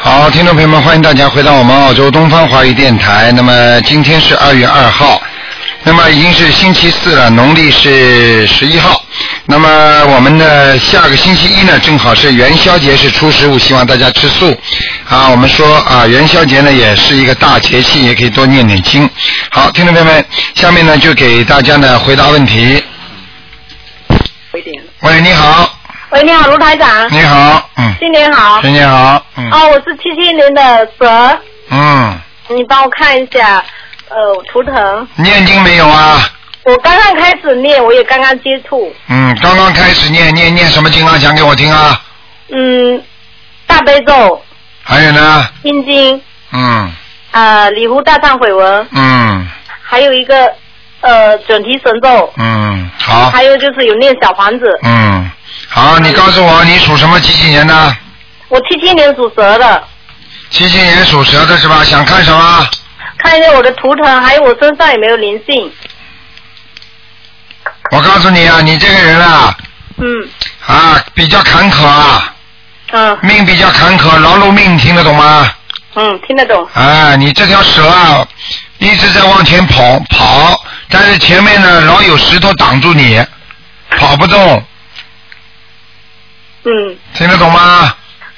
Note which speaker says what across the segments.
Speaker 1: 好，听众朋友们，欢迎大家回到我们澳洲东方华语电台。那么今天是二月二号，那么已经是星期四了，农历是十一号。那么我们的下个星期一呢，正好是元宵节，是初十五，希望大家吃素。啊，我们说啊，元宵节呢也是一个大节气，也可以多念念经。好，听众朋友们，下面呢就给大家呢回答问题。喂，你好，
Speaker 2: 喂，你好，卢台长，
Speaker 1: 你好，嗯，
Speaker 2: 新年好。
Speaker 1: 陈年好，嗯
Speaker 2: 啊哦，我是七七年的蛇，
Speaker 1: 嗯，
Speaker 2: 你帮我看一下，呃，图腾。
Speaker 1: 念经没有啊？
Speaker 2: 我刚刚开始念，我也刚刚接触，
Speaker 1: 嗯，刚刚开始念念念什么经啊？讲给我听啊。
Speaker 2: 嗯，大悲咒、
Speaker 1: 还有呢，
Speaker 2: 心经，
Speaker 1: 嗯
Speaker 2: 呃，礼佛大忏悔文，
Speaker 1: 嗯
Speaker 2: 还有一个呃准提神咒，
Speaker 1: 嗯，好，
Speaker 2: 还有就是有念小房子。
Speaker 1: 嗯好，你告诉我你属什么几几年的？
Speaker 2: 我七七年属蛇的，
Speaker 1: 七几年属蛇的是吧？想看什么？
Speaker 2: 看一下我的图腾，还有我身上有没有灵性。
Speaker 1: 我告诉你啊，你这个人啊
Speaker 2: 嗯
Speaker 1: 啊比较坎坷啊，
Speaker 2: 嗯
Speaker 1: 命比较坎坷，劳碌命，听得懂吗？
Speaker 2: 嗯，听得懂。
Speaker 1: 啊，你这条蛇啊一直在往前跑跑，但是前面呢老有石头挡住你，跑不动，
Speaker 2: 嗯，
Speaker 1: 听得懂吗？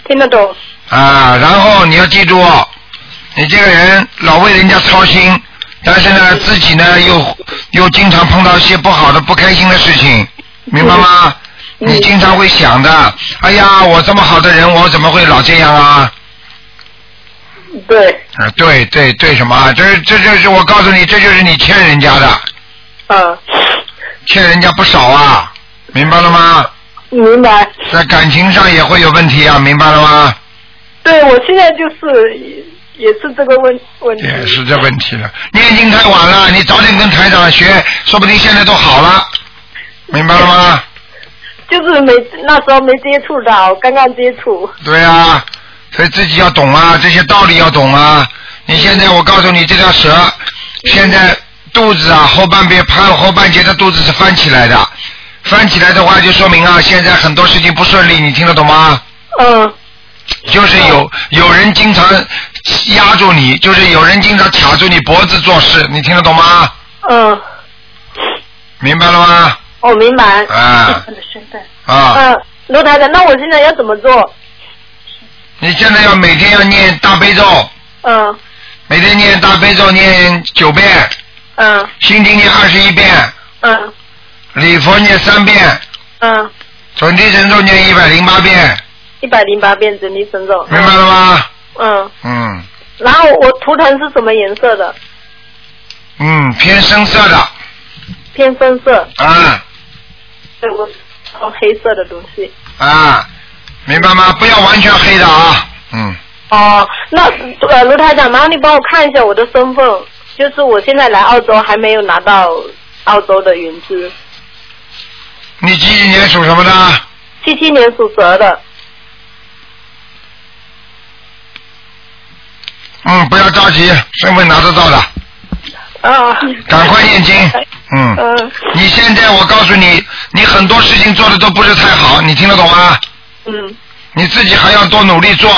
Speaker 2: 听得懂。
Speaker 1: 啊，然后你要记住，你这个人老为人家操心，但是呢，自己呢又又经常碰到一些不好的、不开心的事情，明白吗？
Speaker 2: 嗯
Speaker 1: 你经常会想的，哎呀，我这么好的人，我怎么会老这样啊？
Speaker 2: 对，
Speaker 1: 啊，对对对，什么啊？这这就是我告诉你，这就是你欠人家的，
Speaker 2: 嗯，
Speaker 1: 欠人家不少啊，明白了吗？
Speaker 2: 明白。
Speaker 1: 在感情上也会有问题啊，明白了吗？
Speaker 2: 对，我现在就是也也是这个问问题。
Speaker 1: 也哎是这问题了，念经太晚了，你早点跟台长学，说不定现在都好了，明白了吗？
Speaker 2: 就是没那时候没接触到，刚刚接触。
Speaker 1: 对啊，所以自己要懂啊，这些道理要懂啊。你现在我告诉你，这条蛇现在肚子啊后半边盘后半截的肚子是翻起来的，翻起来的话就说明啊现在很多事情不顺利，你听得懂吗？
Speaker 2: 嗯
Speaker 1: 就是有有人经常压住你，就是有人经常卡住你脖子做事，你听得懂吗？
Speaker 2: 嗯，
Speaker 1: 明白了吗？
Speaker 2: 我明白。
Speaker 1: 啊
Speaker 2: 的身份。
Speaker 1: 啊。
Speaker 2: 嗯，卢台长，那我现在要怎么做？
Speaker 1: 你现在要每天要念大悲咒，
Speaker 2: 嗯
Speaker 1: 每天念大悲咒念九遍，
Speaker 2: 嗯
Speaker 1: 心经念二十一遍，
Speaker 2: 嗯
Speaker 1: 礼佛念三遍，
Speaker 2: 嗯，
Speaker 1: 准提神咒念一百零八遍，
Speaker 2: 一百零八遍整理神咒。
Speaker 1: 明白了吗？
Speaker 2: 嗯，
Speaker 1: 嗯
Speaker 2: 然后我图腾是什么颜色的？
Speaker 1: 嗯，偏深色的，
Speaker 2: 偏深色，
Speaker 1: 啊
Speaker 2: 对我哦黑色的东西。
Speaker 1: 啊，明白吗？不要完全黑的啊，嗯，
Speaker 2: 哦，那呃，卢台长，麻烦你帮我看一下我的身份，就是我现在来澳洲还没有拿到澳洲的原资，
Speaker 1: 你几几年属什么的？
Speaker 2: 七七年属蛇的，
Speaker 1: 嗯，不要着急，身份拿得到的，
Speaker 2: 啊，
Speaker 1: 赶快念经，嗯。
Speaker 2: 嗯
Speaker 1: 你现在我告诉你，你很多事情做的都不是太好，你听得懂吗？
Speaker 2: 嗯
Speaker 1: 你自己还要多努力做，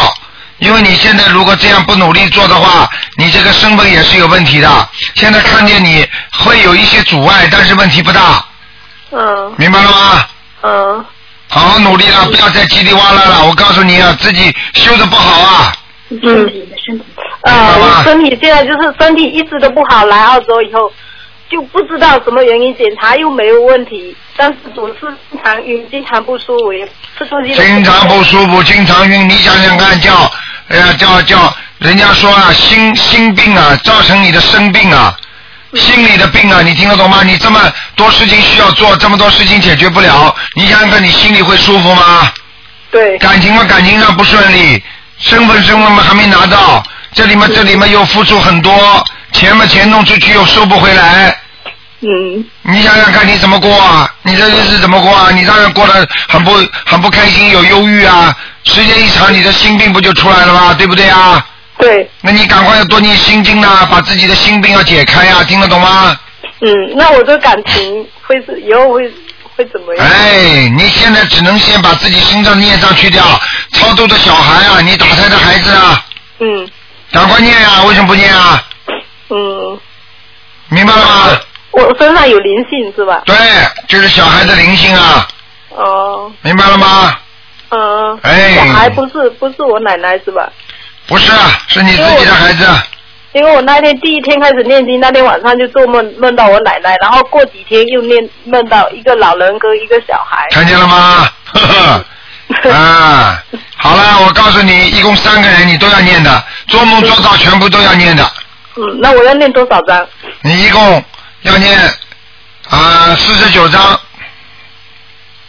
Speaker 1: 因为你现在如果这样不努力做的话，你这个身份也是有问题的。现在看见你会有一些阻碍，但是问题不大，
Speaker 2: 嗯
Speaker 1: 明白了吗？
Speaker 2: 嗯，
Speaker 1: 好好努力了，不要再叽里哇啦了。我告诉你啊，自己修的不好啊，
Speaker 2: 身体的身体，呃，我身体现在就是身体一直都不好，来澳洲以后就不知道什么原因，检查又没有问题，但是总是经常晕，经常不舒服，也吃东西都
Speaker 1: 经常不舒服，经常晕。你想想看，叫呃叫叫，人家说啊，心心病啊，造成你的生病啊，心理的病啊，你听得懂吗？你这么多事情需要做，这么多事情解决不了，你想想看，你心里会舒服吗？
Speaker 2: 对，
Speaker 1: 感情嘛，感情上不顺利，身份身份嘛还没拿到，这里嘛这里嘛又付出很多，钱嘛钱弄出去又收不回来，
Speaker 2: 嗯
Speaker 1: 你想想看你怎么过啊？你这日子怎么过啊？你当然过得很不很不开心，有忧郁啊，时间一长你的心病不就出来了吗？对不对啊？
Speaker 2: 对。
Speaker 1: 那你赶快要多念心经呐、把自己的心病要解开呀、听得懂吗？
Speaker 2: 嗯，那我的感情会是以后会会怎么样？
Speaker 1: 哎，你现在只能先把自己身上的孽障去掉，超度的小孩啊，你打胎的孩子啊，
Speaker 2: 嗯
Speaker 1: 赶快念啊！为什么不念啊？
Speaker 2: 嗯，
Speaker 1: 明白了吗？
Speaker 2: 我身上有灵性是吧？
Speaker 1: 对，就是小孩的灵性啊，
Speaker 2: 哦，
Speaker 1: 明白了吗？
Speaker 2: 嗯，
Speaker 1: 哎
Speaker 2: 我还不是不是我奶奶是吧？
Speaker 1: 不是，啊是你自己的孩子。
Speaker 2: 因为我那天第一天开始念经，那天晚上就做梦梦到我奶奶，然后过几天又念梦到一个老人跟一个小孩。
Speaker 1: 看见了吗？ 呵呵， 啊，好了，我告诉你，一共三个人，你都要念的，做梦做到全部都要念的，
Speaker 2: 嗯，那我要念多少张？
Speaker 1: 你一共要念啊四十九章，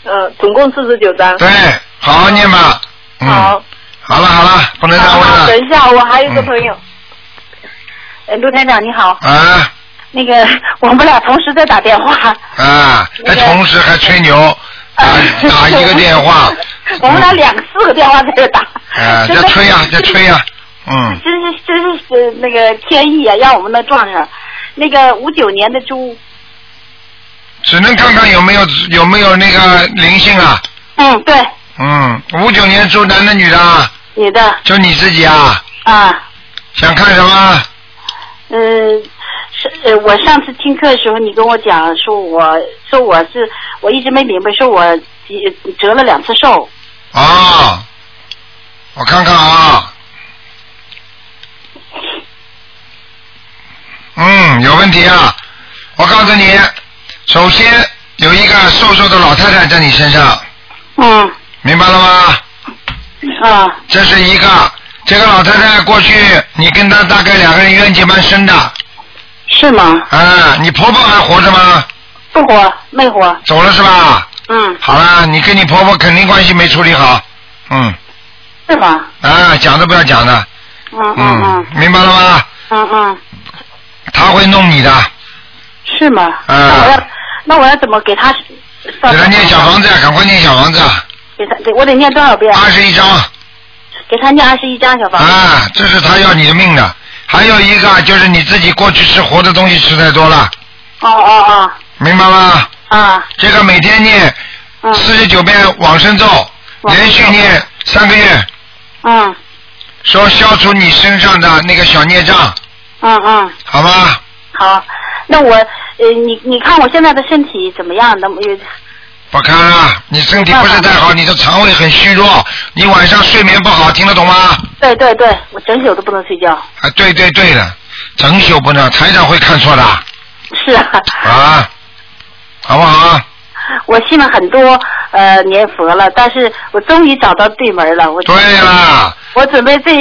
Speaker 2: 呃，总共四十九张。
Speaker 1: 对，好好念吧。嗯，
Speaker 2: 好，
Speaker 1: 好了好了，不能再
Speaker 3: 好
Speaker 1: 问
Speaker 3: 好，
Speaker 1: 了
Speaker 3: 等一下，我还有一个
Speaker 1: 嗯
Speaker 3: 朋友，呃，陆台长你好，
Speaker 1: 啊
Speaker 3: 那个 我们俩同时在打电话，，
Speaker 1: 啊，还同时还吹牛，啊打一个电话
Speaker 3: 我们俩两四个电话在这打，
Speaker 1: 嗯啊
Speaker 3: 真
Speaker 1: 在
Speaker 3: 的
Speaker 1: 吹呀在吹呀，嗯，
Speaker 3: 真是真是呃那个天意啊，让我们能撞上。那个五九年的猪，
Speaker 1: 只能看看有没有有没有那个灵性啊，
Speaker 3: 嗯，对，
Speaker 1: 嗯，五九年属男的女的啊，
Speaker 3: 女的
Speaker 1: 就你自己啊。
Speaker 3: 啊，
Speaker 1: 想看什么？
Speaker 3: 嗯、是呃，我上次听课的时候，你跟我讲说我说我是我一直没明白，说我折折了两次寿，
Speaker 1: 哦，我看看啊。嗯，有问题啊！我告诉你，首先有一个瘦瘦的老太太在你身上，
Speaker 3: 嗯
Speaker 1: 明白了吗？
Speaker 3: 啊
Speaker 1: 这是一个，这个老太太过去你跟她大概两个人冤结蛮深的，
Speaker 3: 是吗？
Speaker 1: 啊，你婆婆还活着吗？
Speaker 3: 不活没活，
Speaker 1: 走了是吧？
Speaker 3: 嗯，
Speaker 1: 好啦，你跟你婆婆肯定关系没处理好，嗯，
Speaker 3: 是吗？
Speaker 1: 啊，讲都不要讲的，
Speaker 3: 嗯嗯嗯
Speaker 1: 明白了吗？
Speaker 3: 嗯嗯，
Speaker 1: 他会弄你的，
Speaker 3: 是吗？
Speaker 1: 嗯
Speaker 3: 那我要那我要怎么给他算？
Speaker 1: 给他念小房子呀，赶快念小房子啊，
Speaker 3: 给他，给我得念多少遍？
Speaker 1: 二十一张
Speaker 3: 给他念二十一张小房子。
Speaker 1: 啊，这是他要你的命的。还有一个啊就是你自己过去吃活的东西吃太多了，
Speaker 3: 哦哦
Speaker 1: 明白吗？
Speaker 3: 哦，啊，
Speaker 1: 这个每天念
Speaker 3: 嗯
Speaker 1: 四十九遍往生咒，
Speaker 3: 往生咒
Speaker 1: 连续念三个月，
Speaker 3: 嗯
Speaker 1: 说消除你身上的那个小孽障，
Speaker 3: 嗯嗯，
Speaker 1: 好吗？
Speaker 3: 好，那我呃，你你看我现在的身体怎么样？能不呃有
Speaker 1: 我看啊，你身体不是太好，你的肠胃很虚弱，你晚上睡眠不好，听得懂吗？
Speaker 3: 对对对，我整宿都不能睡觉。
Speaker 1: 啊，对对对的，整宿不能，台长会看错的。
Speaker 3: 是啊，
Speaker 1: 啊，好不好啊？
Speaker 3: 我信了很多呃年佛了，但是我终于找到对门了。我
Speaker 1: 对啦，
Speaker 3: 我准备这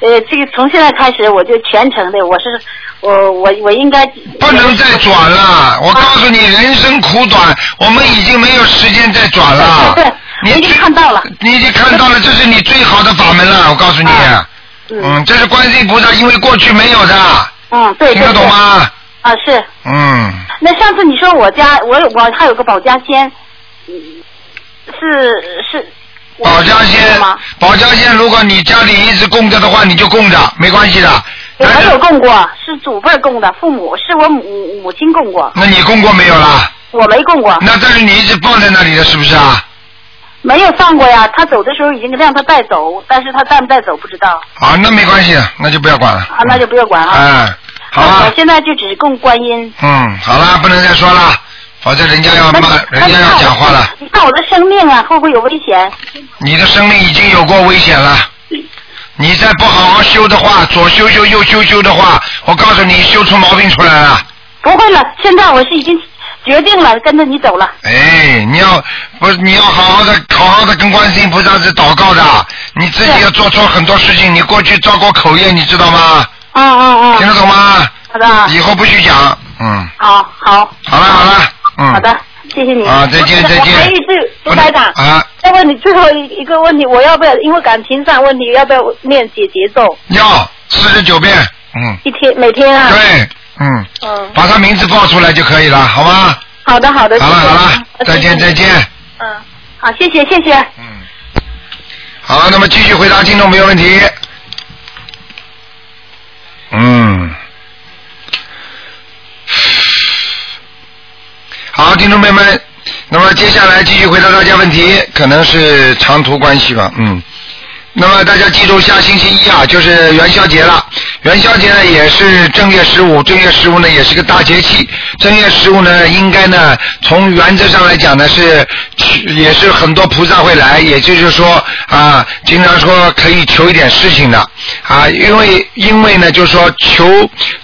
Speaker 3: 呃这个从现在开始我就全程的，我是我我我应该
Speaker 1: 不能再转了。我告诉你，人生苦短，我们已经没有时间再转了。
Speaker 3: 对对对
Speaker 1: 你
Speaker 3: 我已经
Speaker 1: 最
Speaker 3: 看到了
Speaker 1: 你已经看到了，这是你最好的法门了。我告诉你，
Speaker 3: 啊嗯
Speaker 1: 嗯，这是观世音菩萨，因为过去没有的，
Speaker 3: 嗯对
Speaker 1: 听
Speaker 3: 对
Speaker 1: 得懂
Speaker 3: 对
Speaker 1: 吗？
Speaker 3: 啊是。
Speaker 1: 嗯，
Speaker 3: 那上次你说我家我有我还有个保家仙，嗯是是我
Speaker 1: 保家仙
Speaker 3: 吗？，
Speaker 1: 保家仙，如果你家里一直供着的话，你就供着，没关系的。
Speaker 3: 我
Speaker 1: 但
Speaker 3: 没有
Speaker 1: 是，
Speaker 3: 供过，是祖辈儿供的，父母是我母母亲供过，
Speaker 1: 那你供过没有啦？
Speaker 3: 我没供过，
Speaker 1: 那但是你一直放在那里的，是不是啊？
Speaker 3: 没有放过呀。他走的时候已经让他带走，但是他带不带走不知道
Speaker 1: 啊，那没关系，那就不要管了。
Speaker 3: 啊，那就不要管啊。
Speaker 1: 哎，好
Speaker 3: 那
Speaker 1: 了
Speaker 3: 我，现在就只供观音。
Speaker 1: 嗯，好了，不能再说了，否则人家要
Speaker 3: 那
Speaker 1: 骂，人家要讲话了。。
Speaker 3: 那你看我的生命啊，会不会有危险？
Speaker 1: 你的生命已经有过危险了，你再不好好修的话，左修修右修修的话，我告诉你，修出毛病出来了。
Speaker 3: 不会了，现在我是已经决定了，跟着你走了。
Speaker 1: 哎，你要不是你要好好的好好的跟观世音菩萨是祷告的，你自己
Speaker 3: 对
Speaker 1: 要做错很多事情，你过去造过口业，你知道吗？
Speaker 2: 啊
Speaker 3: 嗯嗯
Speaker 1: 听
Speaker 3: 嗯，
Speaker 1: 得懂吗？
Speaker 3: 好的，
Speaker 1: 以后不许讲，嗯，
Speaker 3: 好好
Speaker 1: 好了好了，嗯，
Speaker 3: 好的，谢谢你。
Speaker 1: 啊，再见再
Speaker 2: 我还有
Speaker 1: 见
Speaker 2: 一，次，
Speaker 1: 不
Speaker 2: 卢
Speaker 1: 能
Speaker 2: 台长，
Speaker 1: 啊，
Speaker 2: 再问你最后一一个问题，我要不要因为感情上问题，要不要念解节奏？
Speaker 1: 要四十九遍，嗯，
Speaker 2: 一天每天啊？
Speaker 1: 对，嗯，
Speaker 2: 嗯，
Speaker 1: 把他名字报出来就可以了，好吗？
Speaker 2: 好的好的。
Speaker 1: 好了
Speaker 2: 谢谢
Speaker 1: 好了，再见再。见，
Speaker 2: 嗯。
Speaker 3: 好，谢谢谢谢。
Speaker 1: 嗯，好，那么继续回答听众朋友问题。嗯，好，听众朋友们，那么接下来继续回答大家问题，可能是长途关系吧，嗯。那么大家记住，下星期一啊，就是元宵节了。元宵节呢，也是正月十五，正月十五呢也是个大节气。正月十五呢，应该呢，从原则上来讲呢是，也是很多菩萨会来，也就是说啊，经常说可以求一点事情的啊，因为因为呢，就是说求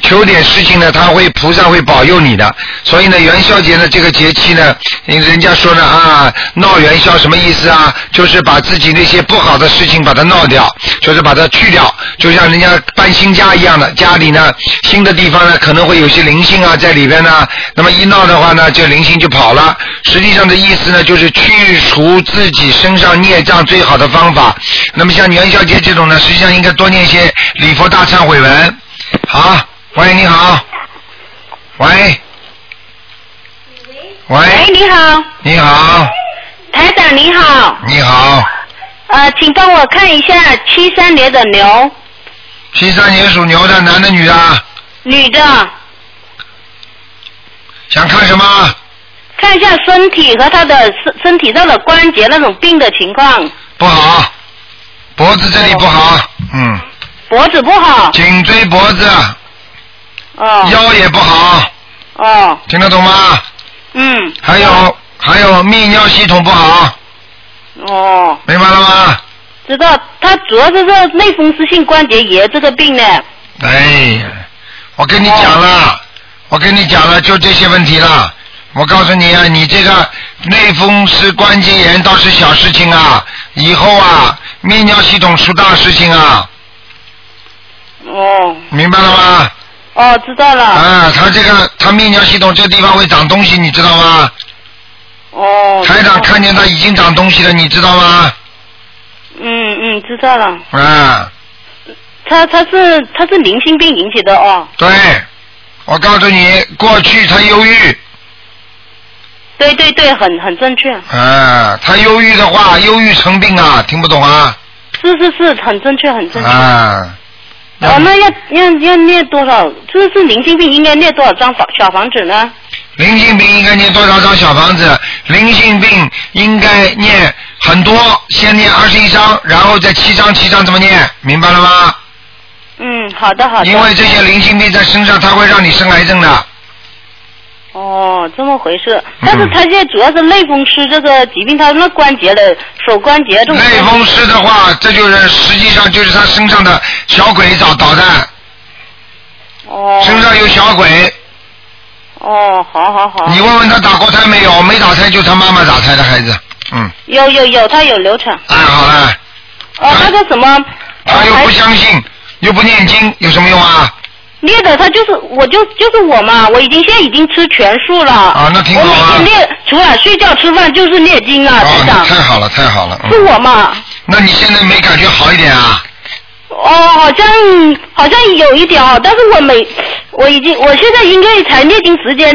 Speaker 1: 求点事情呢，他会菩萨会保佑你的。所以呢，元宵节呢这个节气呢，人家说呢啊，闹元宵什么意思啊？就是把自己那些不好的事情把它闹掉，就是把它去掉，就像人家搬新家一样的，家里呢新的地方呢可能会有些灵性啊在里边呢，那么一闹的话呢，就灵性就跑了。实际上的意思呢，就是去除自己身上孽障最好的方法。那么像元宵节这种呢，实际上应该多念一些礼佛大忏悔文。好，喂，你好，喂，喂，
Speaker 3: 喂，你好，
Speaker 1: 你好，
Speaker 3: 台长你好，
Speaker 1: 你好，
Speaker 3: 呃，请帮我看一下七三年的牛，
Speaker 1: 七三年属牛的，男的女的？
Speaker 3: 女的，
Speaker 1: 想看什么？
Speaker 3: 看一下身体和她的身身体上的关节那种病的情况，
Speaker 1: 不好，脖子这里不好，嗯，
Speaker 3: 脖子不好，
Speaker 1: 颈椎脖子，
Speaker 3: 哦
Speaker 1: 腰也不好，
Speaker 3: 哦，
Speaker 1: 听得懂吗？
Speaker 3: 嗯，
Speaker 1: 还有还有泌尿系统不好，
Speaker 3: 哦，
Speaker 1: 明白了吗？
Speaker 3: 知道，她主要是这类风湿性关节炎这个病呢，
Speaker 1: 哎，我跟你讲了，我跟你讲了，就这些问题了。我告诉你啊，你这个类风湿关节炎倒是小事情啊，以后啊，泌尿系统出大事情啊，
Speaker 3: 哦，
Speaker 1: 明白了吗？
Speaker 3: 哦，知道了，
Speaker 1: 啊，他这个他泌尿系统这个地方会长东西，你知道吗？
Speaker 3: 哦，
Speaker 1: 台长看见他已经长东西了，你知道吗？
Speaker 3: 嗯嗯，知道了，
Speaker 1: 啊，
Speaker 3: 她她是她是零性病引起的哦，
Speaker 1: 对，我告诉你，过去他忧郁，
Speaker 3: 对对对，很很正确，
Speaker 1: 啊，他忧郁的话，忧郁成病啊，听不懂啊？
Speaker 3: 是是是，很正确，很正确。
Speaker 1: 啊，嗯
Speaker 3: 哦，那要要要念多少？就是是灵性病应该念多少张房小房子呢？
Speaker 1: 灵性病应该念多少张小房子？灵性病应该念很多，先念二十一张，然后再七张七张怎么念？明白了吗？
Speaker 3: 嗯，好的好的。
Speaker 1: 因为这些灵性病在身上，它会让你生癌症的。
Speaker 3: 哦，这么回事。
Speaker 1: 嗯
Speaker 3: 但是他现在主要是类风湿这个疾病，他那关节的手关哎节这种。
Speaker 1: 类风湿的话，这就是实际上就是他身上的小鬼找捣蛋，
Speaker 3: 哦。
Speaker 1: 身上有小鬼。
Speaker 3: 哦，好好好。
Speaker 1: 你问问他打过胎没有？没打胎就他妈妈打胎的孩子。嗯，
Speaker 3: 有有有，他有流产。
Speaker 1: 哎，好了，
Speaker 3: 哦，那个什么，
Speaker 1: 他又
Speaker 3: 还
Speaker 1: 不相信，又不念经，有什么用啊？
Speaker 3: 练的他就是我就就是我嘛，我已经现在已经吃全素了。
Speaker 1: 啊那挺好啊
Speaker 3: 我每天练，除了睡觉吃饭就是念经啊，
Speaker 1: 哦
Speaker 3: 台，长
Speaker 1: 那。太好了，太好了。
Speaker 3: 是
Speaker 1: 嗯，
Speaker 3: 我嘛？
Speaker 1: 那你现在没感觉好一点啊？
Speaker 3: 哦，好像好像有一点哦，但是我每我已经我现在应该才念经时间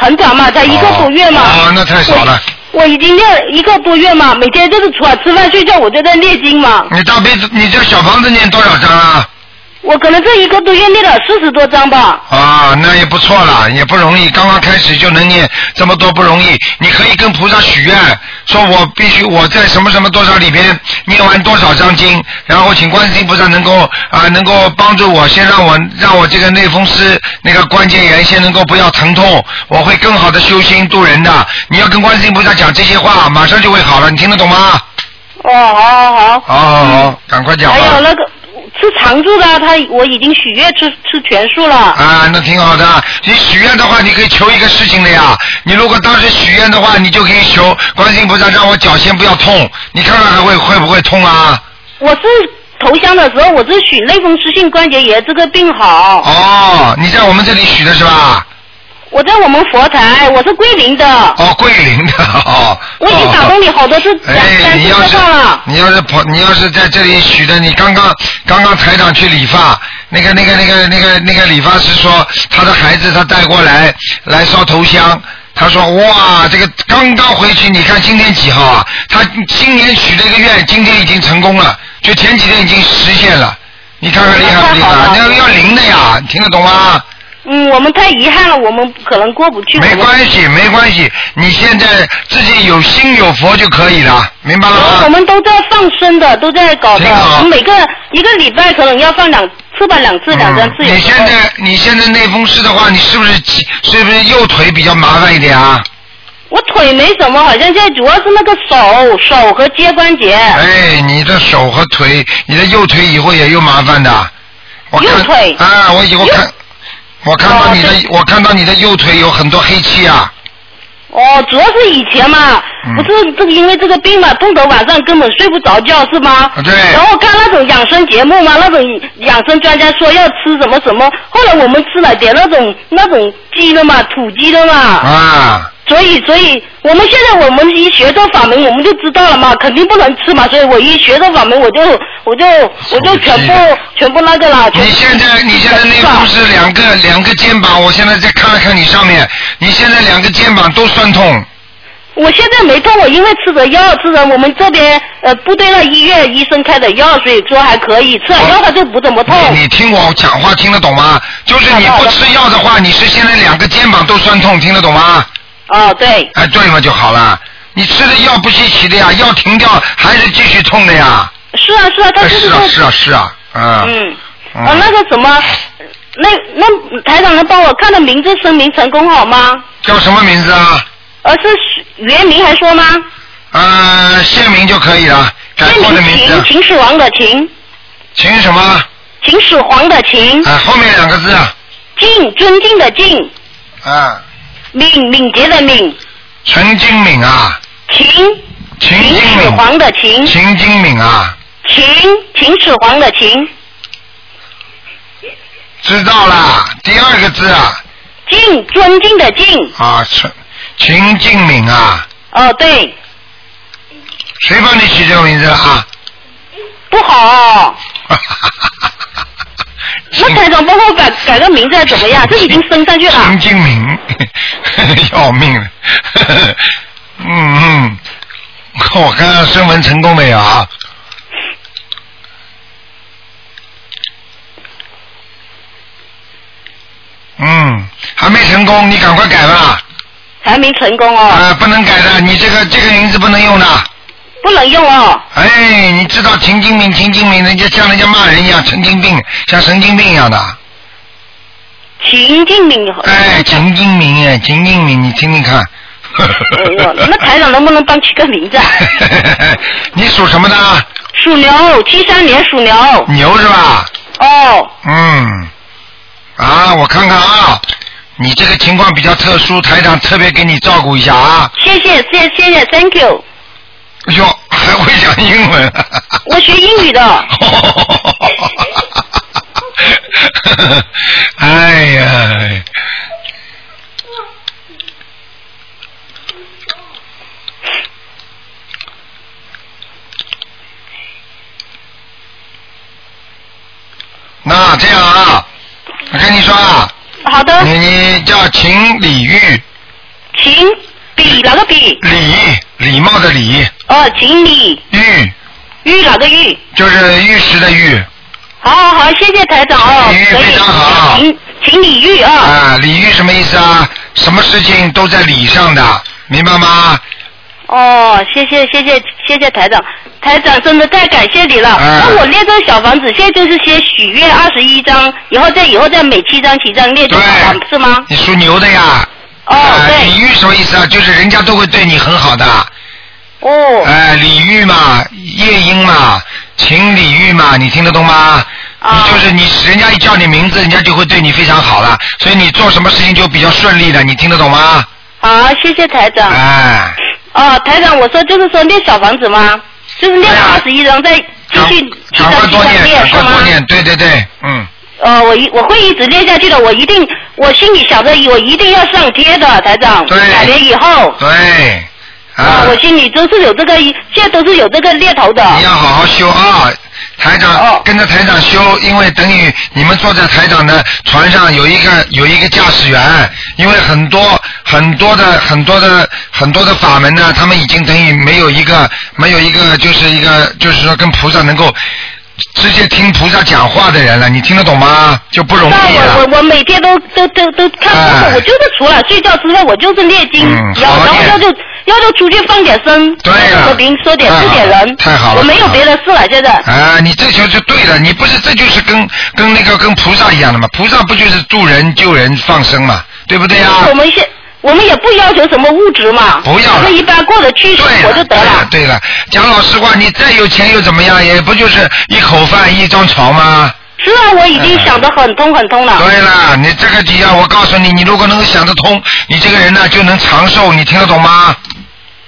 Speaker 3: 很短嘛，才一个多月嘛。
Speaker 1: 哦，哦那太少了。
Speaker 3: 我。我已经念一个多月嘛，每天就是除了吃饭睡觉，我就在念经嘛。
Speaker 1: 你大悲，你这小房子念多少张啊？
Speaker 3: 我可能这一个多月念了四十多章吧。
Speaker 1: 啊，那也不错了，也不容易。刚刚开始就能念这么多，不容易。你可以跟菩萨许愿，说我必须我在什么什么多少里边念完多少张经，然后请观世音菩萨能够啊、能够帮助我，先让我让我这个类风湿那个关节炎先能够不要疼痛，我会更好的修心度人的。你要跟观世音菩萨讲这些话，马上就会好了。你听得懂吗？
Speaker 3: 哦，好好好。
Speaker 1: 好好好，赶快讲吧。
Speaker 3: 还有那个吃长住的，他我已经许愿吃吃全素了。
Speaker 1: 啊，那挺好的。你许愿的话，你可以求一个事情的呀。你如果当时许愿的话，你就可以求观世音菩萨让我脚先不要痛，你看看还会会不会痛啊？
Speaker 3: 我是投降的时候，我是许类风湿性关节炎这个病好。
Speaker 1: 哦，你在我们这里许的是吧？
Speaker 3: 我在我们佛台，我是桂林的，
Speaker 1: 哦，桂林的哦。
Speaker 3: 我已经打
Speaker 1: 哦
Speaker 3: 通你好多次两
Speaker 1: 哎，
Speaker 3: 三
Speaker 1: 你
Speaker 3: 次
Speaker 1: 要
Speaker 3: 车
Speaker 1: 是
Speaker 3: 上了。
Speaker 1: 你要是跑，你要是在这里许的，你刚刚刚刚台长去理发，那个那个那个那个那个理发师说他的孩子他带过来来烧头香。他说：“哇，这个刚刚回去，你看今天几号啊？他今年许了一个愿，今天已经成功了，就前几天已经实现了。你看看厉害不厉害？啊
Speaker 3: 那太好了
Speaker 1: 那要灵的呀，你听得懂吗？
Speaker 3: 嗯，我们太遗憾了，我们可能过不去。
Speaker 1: 没关系，没关系，你现在自己有心有佛就可以了，明白了
Speaker 3: 我
Speaker 1: 吗？
Speaker 3: 们都在放生的，都在搞的
Speaker 1: 啊挺，好
Speaker 3: 我们每个一个礼拜可能要放两次吧，两次两三次
Speaker 1: 嗯
Speaker 3: 有时候。
Speaker 1: 你现在你现在内风湿的话，你是不是脊是不是右腿比较麻烦一点啊？
Speaker 3: 我腿没什么，好像现在主要是那个手手和肩关节。
Speaker 1: 哎，你的手和腿，你的右腿以后也有麻烦的。啊我看
Speaker 3: 右腿
Speaker 1: 啊，我以后看
Speaker 3: 右，
Speaker 1: 我看到你的、
Speaker 3: 哦对
Speaker 1: 我看到你的右腿有很多黑气啊。
Speaker 3: 哦，主要是以前嘛，
Speaker 1: 嗯
Speaker 3: 不是这个因为这个病嘛，碰到晚上根本睡不着觉是吗
Speaker 1: 啊？对
Speaker 3: 然后看那种养生节目嘛，那种养生专家说要吃什么什么，后来我们吃了点那种那种鸡的嘛，土鸡的嘛。
Speaker 1: 啊，
Speaker 3: 所以，所以我们现在我们一学这法门，我们就知道了嘛，肯定不能吃嘛。所以我一学这法门，我就我就我就全部全部那个了。全
Speaker 1: 你现在你现在内风湿两个两个肩膀，我现在再看了看你上面，你现在两个肩膀都酸痛。
Speaker 3: 我现在没痛，我因为吃着药，吃着我们这边呃部队的医院医生开的药，所以说还可以。吃了药它就不怎么痛。
Speaker 1: 你你听我讲话听得懂吗？就是你不吃药的话，你是现在两个肩膀都酸痛，听得懂吗？
Speaker 3: 哦，对，
Speaker 1: 哎，对了就好了。你吃的药不稀奇的呀，药停掉还是继续痛的呀。
Speaker 3: 是啊是啊，它
Speaker 1: 哎，
Speaker 3: 就是是
Speaker 1: 啊
Speaker 3: 说
Speaker 1: 是啊是啊，啊
Speaker 3: 嗯，
Speaker 1: 嗯
Speaker 3: 哦那个什么，那那台长能帮我看的名字声明成功好吗？
Speaker 1: 叫什么名字啊？
Speaker 3: 呃是原名还说吗？
Speaker 1: 呃，姓名就可以了，改错的
Speaker 3: 那
Speaker 1: 名
Speaker 3: 秦
Speaker 1: 字，啊
Speaker 3: 秦始皇的秦，
Speaker 1: 秦什么？
Speaker 3: 秦始皇的秦，
Speaker 1: 哎，后面两个字，
Speaker 3: 敬尊敬的敬，嗯
Speaker 1: 啊，
Speaker 3: 敏敏捷的敏，
Speaker 1: 陈金敏啊，
Speaker 3: 秦
Speaker 1: 秦
Speaker 3: 秦
Speaker 1: 金
Speaker 3: 始
Speaker 1: 敏，
Speaker 3: 皇嗯的秦，
Speaker 1: 秦金敏啊，
Speaker 3: 秦秦始皇的秦，
Speaker 1: 知道啦，第二个字啊，
Speaker 3: 敬尊敬的敬。
Speaker 1: 啊，陈秦金敏啊，
Speaker 3: 哦，对，
Speaker 1: 谁帮你起这个名字了啊？
Speaker 3: 不好、哦。那台长帮我改改个名字怎么样？这已经升上去了。
Speaker 1: 神经敏， 要命了。 嗯嗯，我看看声纹成功没有啊？嗯，还没成功，你赶快改吧。
Speaker 3: 还没成功
Speaker 1: 啊、
Speaker 3: 哦，
Speaker 1: 不能改的，你这个这个名字不能用的。
Speaker 3: 不能用哦。
Speaker 1: 哎，你知道秦金敏，秦金敏，人家像人家骂人一样，神经病，像神经病一 样的。
Speaker 3: 秦敬敏。
Speaker 1: 哎，秦金明哎，秦金明，你听听看。
Speaker 3: 哎呦，那台长能不能帮起个名 字啊？
Speaker 1: 你属什么的？
Speaker 3: 属牛，七三年属牛。
Speaker 1: 牛是吧？
Speaker 3: 哦，
Speaker 1: 嗯。啊，我看看啊，你这个情况比较特殊，台长特别给你照顾一下啊。
Speaker 3: 谢谢谢谢谢谢，Thank you。
Speaker 1: 哎呦，还会讲英文。
Speaker 3: 我学英语的。
Speaker 1: 哎呀，那这样啊，我跟你说啊，
Speaker 3: 好的，
Speaker 1: 你你叫秦礼玉，
Speaker 3: 请比哪个比？
Speaker 1: 礼礼貌的礼，
Speaker 3: 哦，请你
Speaker 1: 玉
Speaker 3: 玉哪个玉？
Speaker 1: 就是玉石的玉
Speaker 3: 好好好，谢谢台长哦，
Speaker 1: 请
Speaker 3: 可
Speaker 1: 非
Speaker 3: 以
Speaker 1: 常哎好，
Speaker 3: 请请你玉啊，
Speaker 1: 啊，礼玉什么意思啊？什么事情都在礼上的，明白吗？
Speaker 3: 哦，谢谢谢谢谢谢台长，台长真的太感谢你了。
Speaker 1: 哎
Speaker 3: 那我练这个小房子，现在就是先许愿二十一张，以后再以后再每七张七张练就好了
Speaker 1: 对，
Speaker 3: 是吗？
Speaker 1: 你属牛的呀。
Speaker 3: 哦，
Speaker 1: 啊礼
Speaker 3: 对，
Speaker 1: 遇什么意思啊？就是人家都会对你很好的，
Speaker 3: 哦，
Speaker 1: 哎、礼遇嘛，夜莺嘛，情礼遇嘛，你听得懂吗？
Speaker 3: 啊
Speaker 1: 你就是你，人家一叫你名字，人家就会对你非常好了，所以你做什么事情就比较顺利的，你听得懂吗？
Speaker 3: 好，谢谢台长。
Speaker 1: 哎、
Speaker 3: 哦，台长，我说就是说练小房子吗？就是练
Speaker 1: 对
Speaker 3: 了
Speaker 1: 啊
Speaker 3: 二十一章，再继续继续
Speaker 1: 赶快多
Speaker 3: 继续
Speaker 1: 念，
Speaker 3: 练
Speaker 1: 赶
Speaker 3: 是
Speaker 1: 快
Speaker 3: 吗
Speaker 1: 多？念，对对对，嗯，
Speaker 3: 呃，我一我会一直练下去的，我一定，我心里想着我一定要上天的，台长。
Speaker 1: 对
Speaker 3: 两年以后。
Speaker 1: 对，啊
Speaker 3: 啊，，我心里都是有这个，现在都是有这个念头的。
Speaker 1: 你要好好修啊，台长、
Speaker 3: 哦
Speaker 1: 跟着台长修，因为等于你们坐在台长的船上有一个有一个驾驶员，因为很多很多的很多的很多的法门呢，他们已经等于没有一个没有一个就是一个就是说跟菩萨能够直接听菩萨讲话的人了，你听得懂吗？就不容易
Speaker 3: 那我
Speaker 1: 了。
Speaker 3: 我我每天都都都都看不
Speaker 1: 哎
Speaker 3: 懂，我就是除了睡觉之外，我就是念经
Speaker 1: 嗯，
Speaker 3: 然后
Speaker 1: 好
Speaker 3: 然后
Speaker 1: 念
Speaker 3: 要就要就出去放点声，
Speaker 1: 对了
Speaker 3: 和别人说点
Speaker 1: 太好
Speaker 3: 说点人，
Speaker 1: 太好了
Speaker 3: 我没有别的事了，现在。
Speaker 1: 啊，你这就就对了，你不是这就是跟跟那个跟菩萨一样的嘛？菩萨不就是助人救人放生嘛，对不对哎呀、
Speaker 3: 我们现我们也不要求什么物质嘛，
Speaker 1: 不要了
Speaker 3: 我们一般过得去
Speaker 1: 对
Speaker 3: 生活就
Speaker 1: 了，
Speaker 3: 得
Speaker 1: 对了，对了，讲老实话，你再有钱又怎么样？也不就是一口饭一张床吗？
Speaker 3: 是啊，我已经想得很通很通了。
Speaker 1: 哎对了，你这个底下，我告诉你，你如果能够想得通，你这个人呢就能长寿，你听得懂吗？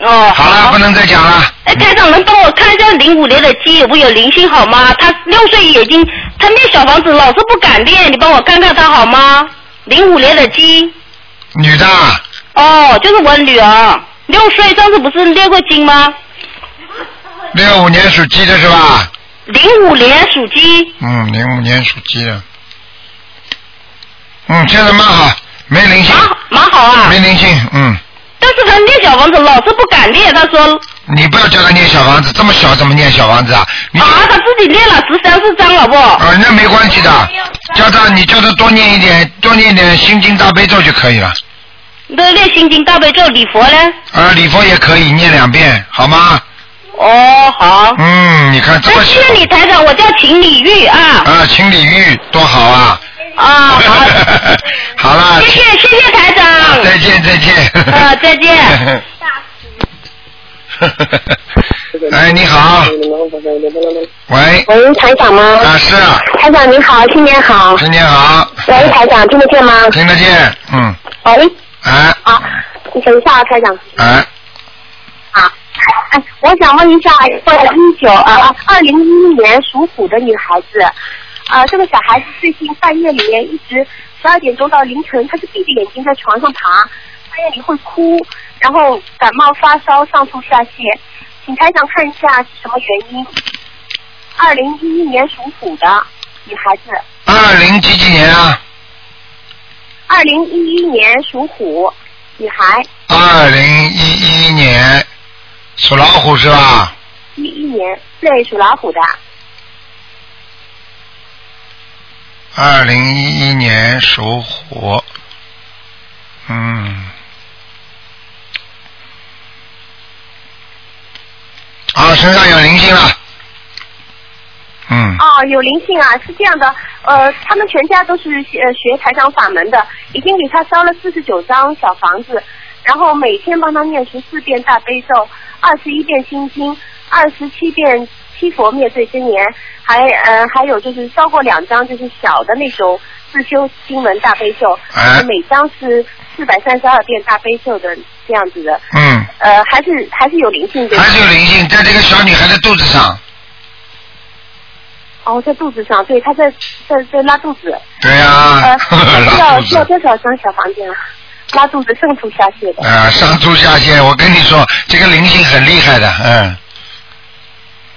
Speaker 3: 哦，
Speaker 1: 好了，不能再讲了。
Speaker 3: 哎，台长能帮我看一下零五年的鸡有没有灵性好吗？他六岁已经，他念小房子老是不敢念，你帮我看看他好吗？零五年的鸡，
Speaker 1: 女的啊，
Speaker 3: 哦，就是我女儿，六岁，上次不是念过经吗？
Speaker 1: 六五年属鸡的是吧？
Speaker 3: 零五年属鸡，
Speaker 1: 嗯，零五年属鸡的。嗯，现在蛮好，没灵性
Speaker 3: 蛮，蛮好啊，
Speaker 1: 没灵性，嗯。
Speaker 3: 但是他念小房子老是不敢念，他说
Speaker 1: 你不要叫他念小房子，这么小怎么念小房子啊？你
Speaker 3: 啊，他自己念了十三四章了不？
Speaker 1: 啊、那没关系的，叫他你叫他多念一点，多念一点心经大悲咒就可以了。
Speaker 3: 那念心经大悲咒礼佛呢？
Speaker 1: 啊，礼佛也可以念两遍，好吗？
Speaker 3: 哦，好。
Speaker 1: 嗯，你看这么小
Speaker 3: 那谢谢你台长，我叫秦李玉啊
Speaker 1: 啊，情理玉多好啊！
Speaker 3: 啊，好，
Speaker 1: 好了，
Speaker 3: 谢谢谢谢台长，
Speaker 1: 再见再见。
Speaker 3: 啊再见。
Speaker 1: 哎，你好，喂，
Speaker 4: 喂，嗯台长吗？
Speaker 1: 啊是啊，
Speaker 4: 台长您好，新年好。
Speaker 1: 新年好，
Speaker 4: 喂，台长听得见吗？
Speaker 1: 听得见，嗯，
Speaker 4: 喂，
Speaker 1: 哎
Speaker 4: 啊，你等一下啊，台长
Speaker 1: 哎，
Speaker 4: 啊。哎，我想问一下，一个一九啊，二零一一年属虎的女孩子，啊，这个小孩子最近半夜里面一直十二点钟到凌晨，她是闭着眼睛在床上爬，半夜里会哭，然后感冒发烧上吐下泻，请台长看一下是什么原因。二零一一年属虎的女孩子。
Speaker 1: 二零几几年啊？
Speaker 4: 二零一一年属虎，女孩，
Speaker 1: 二零一一年属老虎是吧？
Speaker 4: 一一年对属老虎的，
Speaker 1: 二零一一年属虎，嗯，啊，身上有灵性了，嗯，
Speaker 4: 哦，有灵性啊，是这样的，呃，他们全家都是学呃学台长法门的，已经给他烧了四十九张小房子，然后每天帮他念十四遍大悲咒，二十一遍心经，二十七遍七佛灭罪真言，还呃还有就是烧过两张就是小的那种自修经文大悲咒，
Speaker 1: 哎
Speaker 4: 每张是四百三十二遍大悲咒的这样子的，
Speaker 1: 嗯，
Speaker 4: 呃，还是还是有灵性对吧
Speaker 1: 还？是有灵性，在这个小女孩的肚子上，
Speaker 4: 哦，在肚子上，对，他在在在拉肚子，
Speaker 1: 对呀、
Speaker 4: 呃，
Speaker 1: 啊拉
Speaker 4: 要
Speaker 1: 肚子。
Speaker 4: 要多少张小房间啊？拉肚子上吐下泻的
Speaker 1: 啊，上吐下泻，我跟你说，这个灵性很厉害的，嗯，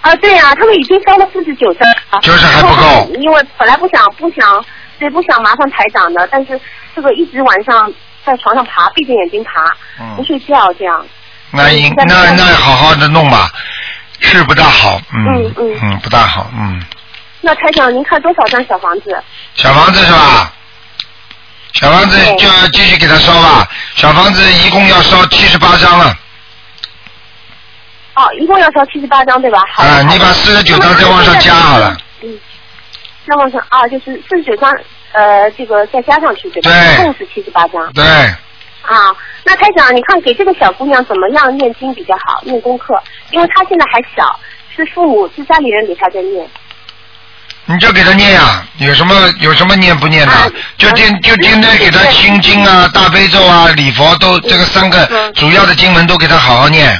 Speaker 4: 啊，对啊，他们已经烧了四十九张了，啊
Speaker 1: 就是还不够
Speaker 4: 然后因为本来不想不想对不想麻烦台长的，但是这个一直晚上在床上爬，闭着眼睛爬，
Speaker 1: 嗯
Speaker 4: 不睡觉这样。
Speaker 1: 那应
Speaker 4: 嗯
Speaker 1: 那那好好的弄吧，是不大好，嗯
Speaker 4: 嗯嗯
Speaker 1: 嗯，不大好，嗯，
Speaker 4: 那台长，您看多少张小房子？
Speaker 1: 小房子是吧？小房子
Speaker 4: 对
Speaker 1: 就要继续给他烧吧，小房子一共要烧七十八张了，
Speaker 4: 哦，一共要烧七十八张对吧？好的
Speaker 1: 啊，
Speaker 4: 好的
Speaker 1: 你把四十九张再往上加好了，
Speaker 4: 嗯，那往上啊，就是四十九张，呃，这个再加上去对吧？
Speaker 1: 对
Speaker 4: 一共是七十八张
Speaker 1: 对，
Speaker 4: 啊。那台长，你看给这个小姑娘怎么样念经比较好，念功课？因为她现在还小，是父母是家里人给她在念。
Speaker 1: 你就给他念呀、有什么有什么念不念的
Speaker 4: 啊，嗯
Speaker 1: 就天就天天给他心经啊、大悲咒啊、礼佛都这个三个
Speaker 4: 嗯
Speaker 1: 主要的经文都给他好好念，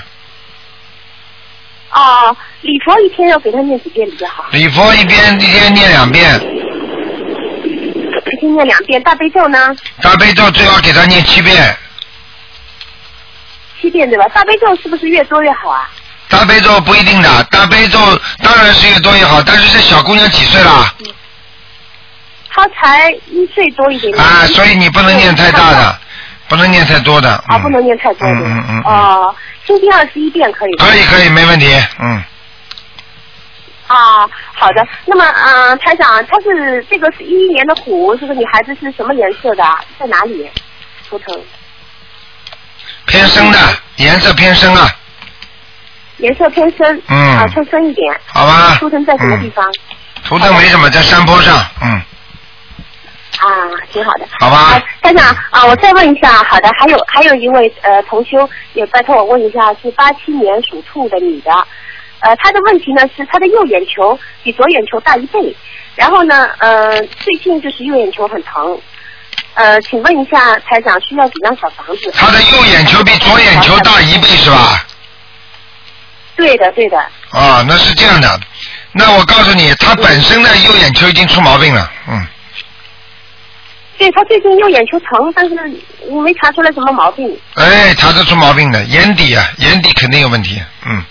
Speaker 4: 哦，礼佛一天要给她念几遍比较好？
Speaker 1: 礼佛一边一天念两遍，
Speaker 4: 一天念两遍，大悲咒呢
Speaker 1: 大悲咒最好给他念七遍，
Speaker 4: 七遍对吧？大悲咒是不是越多越好啊？
Speaker 1: 大悲咒不一定的，大悲咒当然是越多越好，但是这小姑娘几岁啦？
Speaker 4: 她才一岁多一点嗯点。
Speaker 1: 啊，所以你不能念太大的，不能念太多的。
Speaker 4: 啊，
Speaker 1: 嗯
Speaker 4: 不能念太多的。
Speaker 1: 嗯
Speaker 4: 啊
Speaker 1: 嗯嗯嗯
Speaker 4: 哦，心经二十一遍可以吧。
Speaker 1: 可以可以，没问题。嗯，
Speaker 4: 啊，好的。那么，嗯、呃，台长，他是这个是一一年的虎，这个女孩子是什么颜色的？啊在哪里？图腾
Speaker 1: 偏深的，
Speaker 4: 嗯
Speaker 1: 颜色偏深啊，
Speaker 4: 颜色偏深，
Speaker 1: 嗯
Speaker 4: 啊，偏深一点。
Speaker 1: 好吧嗯
Speaker 4: 图腾在什么地方？
Speaker 1: 图腾没什么，在山坡上，嗯，
Speaker 4: 啊，挺好的。
Speaker 1: 好吧
Speaker 4: 啊，台长啊，我再问一下，好的，还有还有一位呃同修也拜托我问一下，是八七年属兔的女的，呃，她的问题呢是她的右眼球比左眼球大一倍，然后呢，呃，最近就是右眼球很疼，呃，请问一下台长需要几张小房子？
Speaker 1: 他的右眼球比左眼球大一倍是吧？
Speaker 4: 对的，对的，
Speaker 1: 啊，那是这样的，那我告诉你，他本身的右眼球已经出毛病了，嗯，
Speaker 4: 对她最近右眼球疼，但是没查出来什么毛病
Speaker 1: 哎，查得出毛病的，眼底啊，眼底肯定有问题，嗯。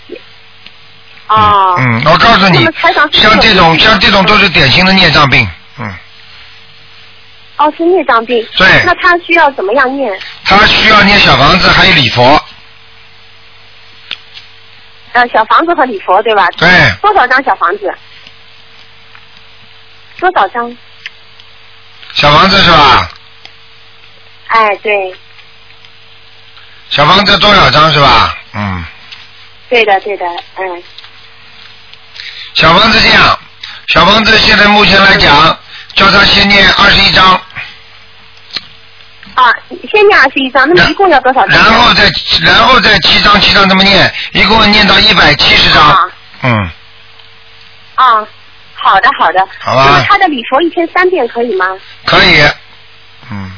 Speaker 4: 啊。
Speaker 1: 嗯，我告诉
Speaker 4: 那
Speaker 1: 你
Speaker 4: 么台长，是
Speaker 1: 像这种
Speaker 4: 有
Speaker 1: 像这种都是典型的孽障病。嗯，
Speaker 4: 哦，是孽障病。
Speaker 1: 对
Speaker 4: 那她需要怎么样念？
Speaker 1: 他需要念小房子，还有礼佛。
Speaker 4: 呃，小房子和礼佛对吧？
Speaker 1: 对，
Speaker 4: 多少张小房子？多少张？
Speaker 1: 小房子是吧？
Speaker 4: 哎，对，
Speaker 1: 小房子多少张是吧？嗯，
Speaker 4: 对的，对的，嗯，
Speaker 1: 小房子这样，小房子现在目前来讲，叫他先念二十一张，
Speaker 4: 啊，先念二十一张，那么
Speaker 1: 然
Speaker 4: 一共要多少张？
Speaker 1: 然后再然后再七张七张这么念，一共念到一百七十张
Speaker 4: 啊。
Speaker 1: 嗯，
Speaker 4: 啊，好的，好的。
Speaker 1: 好吧
Speaker 4: 那么他的礼佛一天三遍可以吗？
Speaker 1: 可以。嗯，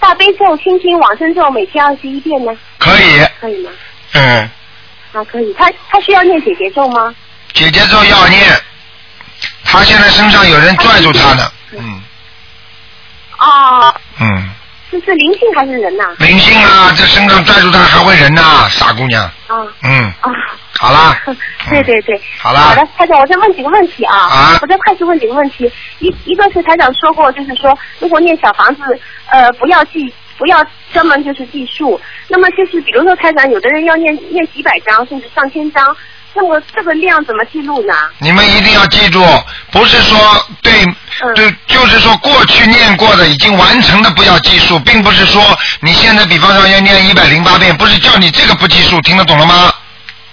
Speaker 4: 大悲咒、心经、往生咒每天二十一遍呢，
Speaker 1: 可以。
Speaker 4: 可以吗？
Speaker 1: 嗯，
Speaker 4: 啊，可以。他他需要念姐姐咒吗？
Speaker 1: 姐姐咒要念，他现在身上有人拽住他呢。嗯
Speaker 4: 哦，
Speaker 1: 嗯。
Speaker 4: 这是灵性还是人呐、
Speaker 1: 灵性啊，这身上拽住他还会人呐、傻姑娘。
Speaker 4: 啊？
Speaker 1: 嗯，
Speaker 4: 啊。
Speaker 1: 好啦 嗯
Speaker 4: 对对对，
Speaker 1: 好啦
Speaker 4: 好的，台长，我再问几个问题啊。
Speaker 1: 啊
Speaker 4: 我再快速问几个问题。一一个是台长说过，就是说如果念小房子，呃，不要记，不要专门就是计数。那么就是比如说台长，有的人要念念几百张，甚至上千张，那么这个量怎么记录呢？
Speaker 1: 你们一定要记住，不是说对，
Speaker 4: 嗯
Speaker 1: 就就是说过去念过的已经完成的不要计数，并不是说你现在比方说要念一百零八遍，不是叫你这个不计数，听得懂了吗？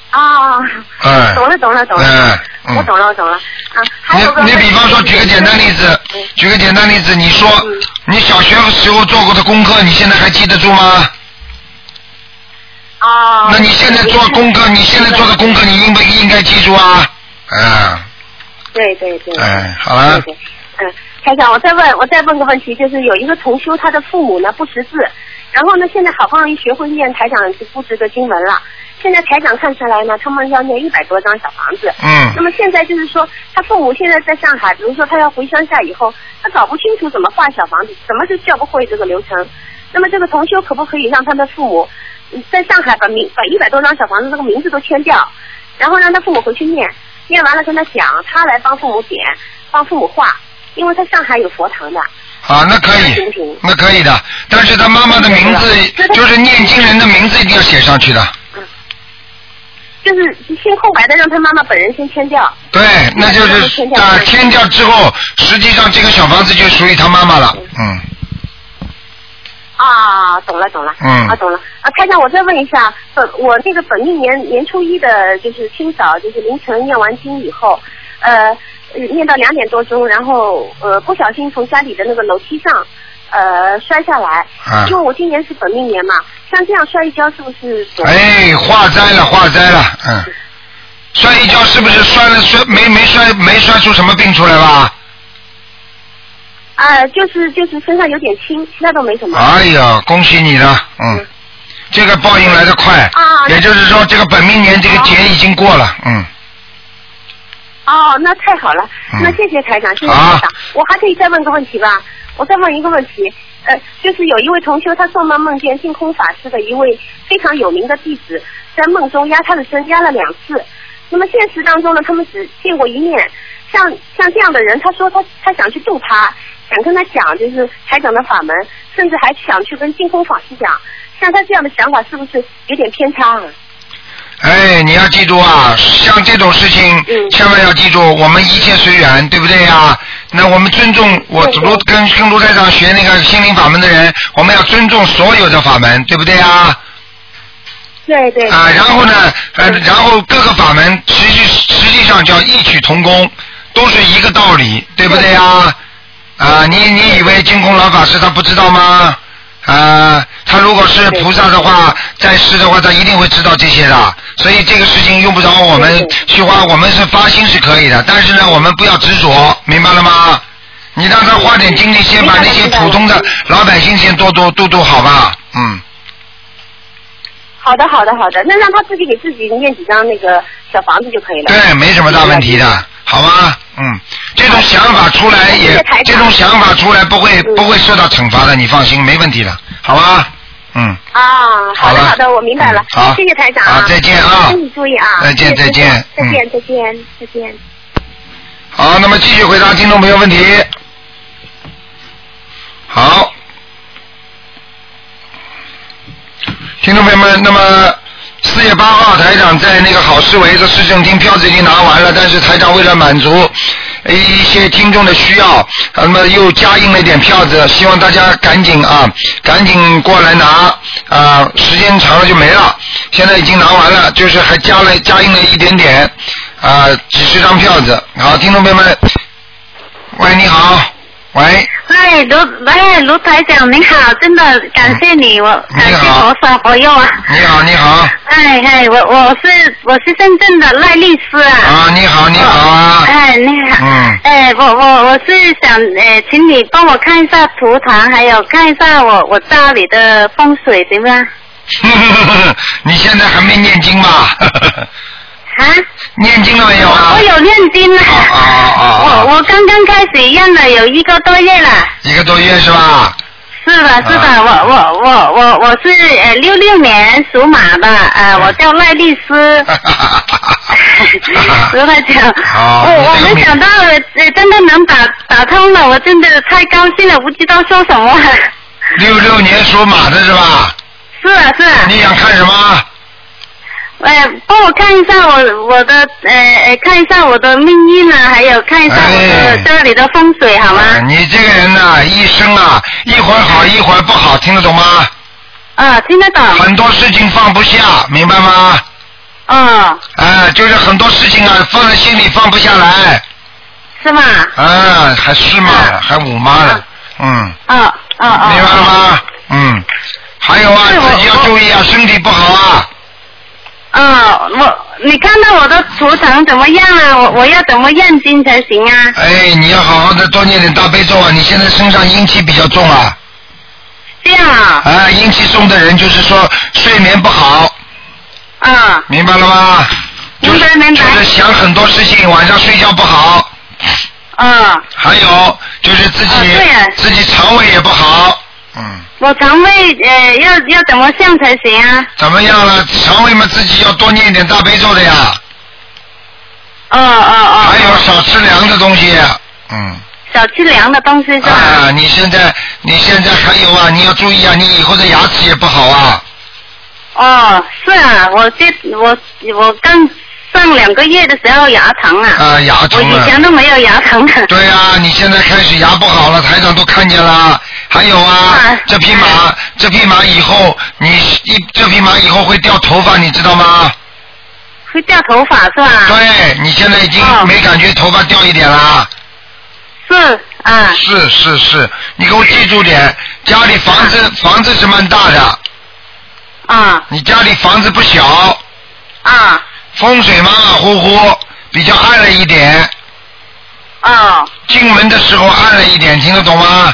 Speaker 4: 啊，
Speaker 1: 嗯。
Speaker 4: 懂了懂了懂了，
Speaker 1: 嗯嗯
Speaker 4: 我懂了我懂了啊。还有个
Speaker 1: 你你比方说，
Speaker 4: 问题
Speaker 1: 举个简单例子，举个简单例子，你说
Speaker 4: 嗯
Speaker 1: 你小学时候做过的功课，你现在还记得住吗？
Speaker 4: 啊，
Speaker 1: 那你现在做功课，你现在做的功课，你应不应该记住啊？啊，
Speaker 4: 对对对。
Speaker 1: 哎，好
Speaker 4: 对
Speaker 1: 了，
Speaker 4: 对，嗯，台长，我再问，我再问个问题，就是有一个同修，他的父母呢不识字，然后呢，现在好不容易学会念台长就布置的经文了，现在台长看下来呢，他们要念一百多张小房子。
Speaker 1: 嗯
Speaker 4: 那，么现在就是说，他父母现在在上海，比如说他要回乡下以后，他搞不清楚怎么画小房子，怎么就教不会这个流程。那么这个同修可不可以让他的父母嗯在上海把名把一百多张小房子这个名字都签掉，然后让他父母回去念，念完了跟他讲，他来帮父母点，帮父母画，因为他上海有佛堂的。
Speaker 1: 好，那可以
Speaker 4: 行行，
Speaker 1: 那可以的。但是他妈妈的名字
Speaker 4: 对，的
Speaker 1: 就是念经人的名字，一定要写上去的。
Speaker 4: 就是先空白的，让他妈妈本人先签掉。
Speaker 1: 对，那就是
Speaker 4: 天
Speaker 1: 啊，
Speaker 4: 降
Speaker 1: 天掉之后，实际上这个小房子就属于他妈妈了。嗯，
Speaker 4: 啊，懂了懂了，
Speaker 1: 嗯
Speaker 4: 啊懂了啊，台长，我再问一下，本我那个本命年年初一的，就是清早，就是凌晨念完经以后，呃，呃念到两点多钟，然后呃不小心从家里的那个楼梯上，呃摔下来，
Speaker 1: 啊
Speaker 4: 因为我今年是本命年嘛，像这样摔一跤是不是总？
Speaker 1: 哎，化灾了，化灾了，嗯。摔一跤是不是摔了摔没没摔没摔出什么病出来吧？
Speaker 4: 啊、就是就是身上有点青，其他都没什么。
Speaker 1: 哎呀，恭喜你了，嗯
Speaker 4: 嗯，
Speaker 1: 这个报应来得快，
Speaker 4: 啊
Speaker 1: 也就是说这个本命年这个节已经过了，嗯，
Speaker 4: 哦，那太好了，
Speaker 1: 嗯
Speaker 4: 那谢谢台长，谢谢
Speaker 1: 好
Speaker 4: 台长。我还可以再问个问题吧？我再问一个问题，呃，就是有一位同修，他做梦梦见净空法师的一位非常有名的弟子，在梦中压他的身，压了两次。那么现实当中呢，他们只见过一面。像像这样的人，他说他他想去度他，想跟他讲就是台长的法门，甚至还想去跟净空法师讲。像他这样的想法，是不是有点偏差啊？
Speaker 1: 哎，你要记住啊，
Speaker 4: 嗯
Speaker 1: 像这种事情、千万要记住，我们一切随缘，对不对呀、那我们尊重我卢跟跟卢台长学那个心灵法门的人，我们要尊重所有的法门，对不对呀、
Speaker 4: 对对。
Speaker 1: 啊，然后呢，呃，然后各个法门实际实际上叫异曲同工，都是一个道理，对不对呀？啊，你你以为金空老法师他不知道吗？啊，他如果是菩萨的话，在世的话，他一定会知道这些的。所以这个事情用不着我们去花，我们是发心是可以的，但是呢，我们不要执着，明白了吗？你让他花点精力，先把那些普通的老百姓先多多度度好吧，嗯。
Speaker 4: 好的，好的，好的，那让他自己给自己念几张那个小房子就可以了。
Speaker 1: 对，没什么大问题的，好吗？嗯，这种想法出来
Speaker 4: 谢
Speaker 1: 也
Speaker 4: 谢台，长嗯
Speaker 1: 这种想法出来不会不会受到惩罚的，你放心，没问题的，好吗？嗯，
Speaker 4: 啊，
Speaker 1: 好
Speaker 4: 好的，
Speaker 1: 了嗯
Speaker 4: 好的，我明白了。
Speaker 1: 好
Speaker 4: 谢谢台长啊
Speaker 1: 好，再见啊
Speaker 4: 身体注意啊，
Speaker 1: 再见
Speaker 4: 谢谢
Speaker 1: 再见嗯
Speaker 4: 再见，再见，再见。
Speaker 1: 好，那么继续回答听众朋友问题。好，听众朋友们，那么四月八号台长在那个好市委的市政厅票子已经拿完了，但是台长为了满足呃一些听众的需要，那么又加印了一点票子，希望大家赶紧啊，赶紧过来拿啊，时间长了就没了，现在已经拿完了，就是还加了加印了一点点啊，几十张票子。好，听众朋友们，喂，你好，喂，
Speaker 3: 哎，卢哎，卢台长您好，真的感谢你，我感谢佛法保佑啊！
Speaker 1: 你好，你好，
Speaker 3: 哎哎，我我是我是深圳的赖律师啊！
Speaker 1: 啊，你好，你好啊，
Speaker 3: 哎，你好，
Speaker 1: 嗯，
Speaker 3: 哎，我我我是想呃，请你帮我看一下图腾，还有看一下我我家里的风水行吗？
Speaker 1: 你现在还没念经吧？
Speaker 3: 啊，
Speaker 1: 念经了没有啊
Speaker 3: 我？有念经了，
Speaker 1: 啊啊啊
Speaker 3: 我我刚刚开始验了有一个多月了。
Speaker 1: 一个多月是吧？
Speaker 3: 是的，是的，
Speaker 1: 啊
Speaker 3: 我我我我我是呃六六年属马的，呃，我叫赖律 师。卢台长，
Speaker 1: 好
Speaker 3: 我我
Speaker 1: 你这个
Speaker 3: 没
Speaker 1: 名
Speaker 3: 想到呃真的能打打通了，我真的太高兴了，不知道说什么。
Speaker 1: 六六年属马的是吧？
Speaker 3: 是啊是啊，
Speaker 1: 你想看什么？
Speaker 3: 呃，帮我看一下我我的呃呃看一下我的命运啊，还有看一下我的
Speaker 1: 哎
Speaker 3: 家里的风水好吗？
Speaker 1: 啊你这个人呐、一生啊，一会儿好一会儿不好，听得懂吗？哎
Speaker 3: 啊，听得懂？
Speaker 1: 很多事情放不下，明白吗？
Speaker 3: 哦，
Speaker 1: 啊，就是很多事情啊，放在心里放不下来。
Speaker 3: 是吗？
Speaker 1: 啊，还是妈了，还五妈
Speaker 3: 啊
Speaker 1: 了，嗯，
Speaker 3: 哦哦哦。
Speaker 1: 明白了吗？嗯，还有啊，
Speaker 3: 是我
Speaker 1: 自己要注意啊，身体不好啊。
Speaker 3: 哦，我你看到我的图腾怎么样啊？我我要怎么验经才行啊？
Speaker 1: 哎，你要好好的多念点大悲咒啊！你现在身上阴气比较重啊，
Speaker 3: 这样啊？
Speaker 1: 啊，阴气重的人就是说睡眠不好，
Speaker 3: 啊、
Speaker 1: 明白了吗？就
Speaker 3: 明白
Speaker 1: 是
Speaker 3: 明白
Speaker 1: 就是想很多事情，晚上睡觉不好，
Speaker 3: 啊、
Speaker 1: 还有就是自己、
Speaker 3: 啊对呀
Speaker 1: 自己肠胃也不好，嗯，
Speaker 3: 我肠胃呃要要怎么像才行啊？
Speaker 1: 怎么样了？肠胃嘛，自己要多念一点大悲咒的呀，
Speaker 3: 哦哦
Speaker 1: 还
Speaker 3: 哦，
Speaker 1: 有少吃凉的东西，嗯。
Speaker 3: 少吃凉的东西是吧？
Speaker 1: 啊，你现在你现在还有啊，你要注意啊，你以后的牙齿也不好啊。
Speaker 3: 哦，是啊，我这我我刚上两个月的时候牙疼啊，
Speaker 1: 啊，牙
Speaker 3: 我
Speaker 1: 疼
Speaker 3: 以前
Speaker 1: 了。
Speaker 3: 都没有牙疼的。
Speaker 1: 对啊，你现在开始牙不好了，台长都看见了。还有啊
Speaker 3: 啊，
Speaker 1: 这匹马，这匹马以后你一这匹马以后会掉头发，你知道吗？
Speaker 3: 会掉头发是吧？
Speaker 1: 对，你现在已经
Speaker 3: 啊哦啊
Speaker 1: 没感觉头发掉一点啦。
Speaker 3: 是啊，
Speaker 1: 是是是，你给我记住点，家里房子房子是蛮大的，
Speaker 3: 啊
Speaker 1: 你家里房子不小，
Speaker 3: 啊
Speaker 1: 风水马马虎虎，比较暗了一点。
Speaker 3: 哦，
Speaker 1: 进门的时候暗了一点，听得懂吗？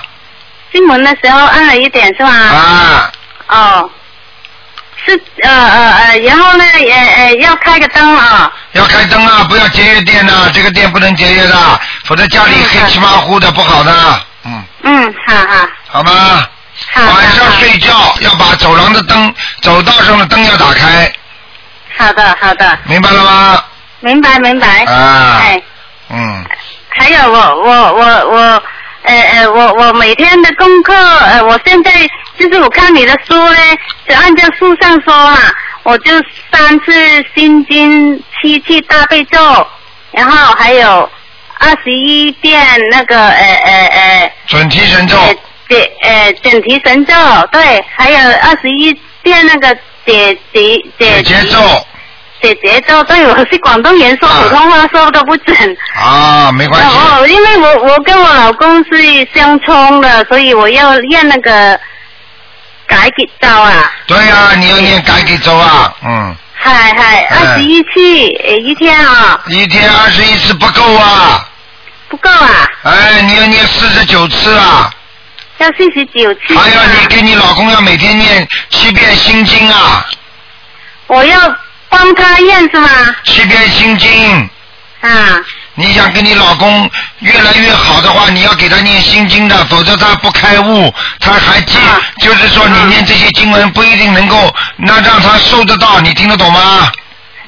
Speaker 3: 进门的时候按了一点是吧？
Speaker 1: 啊，
Speaker 3: 哦，是呃呃呃，然后呢，呃呃，要开个灯啊、
Speaker 1: 要开灯啊，不要节约电呐、这个电不能节约的，否则家里黑漆麻糊的不好的，嗯，
Speaker 3: 嗯，好好
Speaker 1: 好吗？
Speaker 3: 啊好好
Speaker 1: 晚上
Speaker 3: 好
Speaker 1: 睡觉要把走廊的灯、走道上的灯要打开，
Speaker 3: 好的好的，
Speaker 1: 明白了吗？
Speaker 3: 明白明白。
Speaker 1: 啊，
Speaker 3: 哎，
Speaker 1: 嗯，
Speaker 3: 还有我我我我，呃呃，我我每天的功课，呃，我现在就是我看你的书呢，就按照书上说嘛，我就三次心经七七大悲咒，然后还有二十一遍那个呃呃呃
Speaker 1: 准提神咒，
Speaker 3: 呃解呃整提神咒，对，还有二十一遍那个解解
Speaker 1: 解
Speaker 3: 解
Speaker 1: 节奏
Speaker 3: 解节奏。对，我是广东人，说普通话说的不准。
Speaker 1: 啊，没关系，
Speaker 3: 哦，因为我我跟我老公是相冲的，所以我要念那个改给招啊，
Speaker 1: 对呀、你要念改给走啊，嗯，
Speaker 3: 嗨嗨，二十一期呃一天啊、
Speaker 1: 一天二十一次不够啊，
Speaker 3: 不够啊，
Speaker 1: 哎，你要念四十九次啊，
Speaker 3: 要四十九期、啊。
Speaker 1: 还有你跟你老公要每天念七遍心经啊，
Speaker 3: 我要帮他念是吗？
Speaker 1: 七遍心经。
Speaker 3: 啊，
Speaker 1: 你想跟你老公越来越好的话，你要给他念心经的，否则他不开悟，他还记，
Speaker 3: 啊
Speaker 1: 就是说你念这些经文不一定能够那让他受得到，你听得懂吗？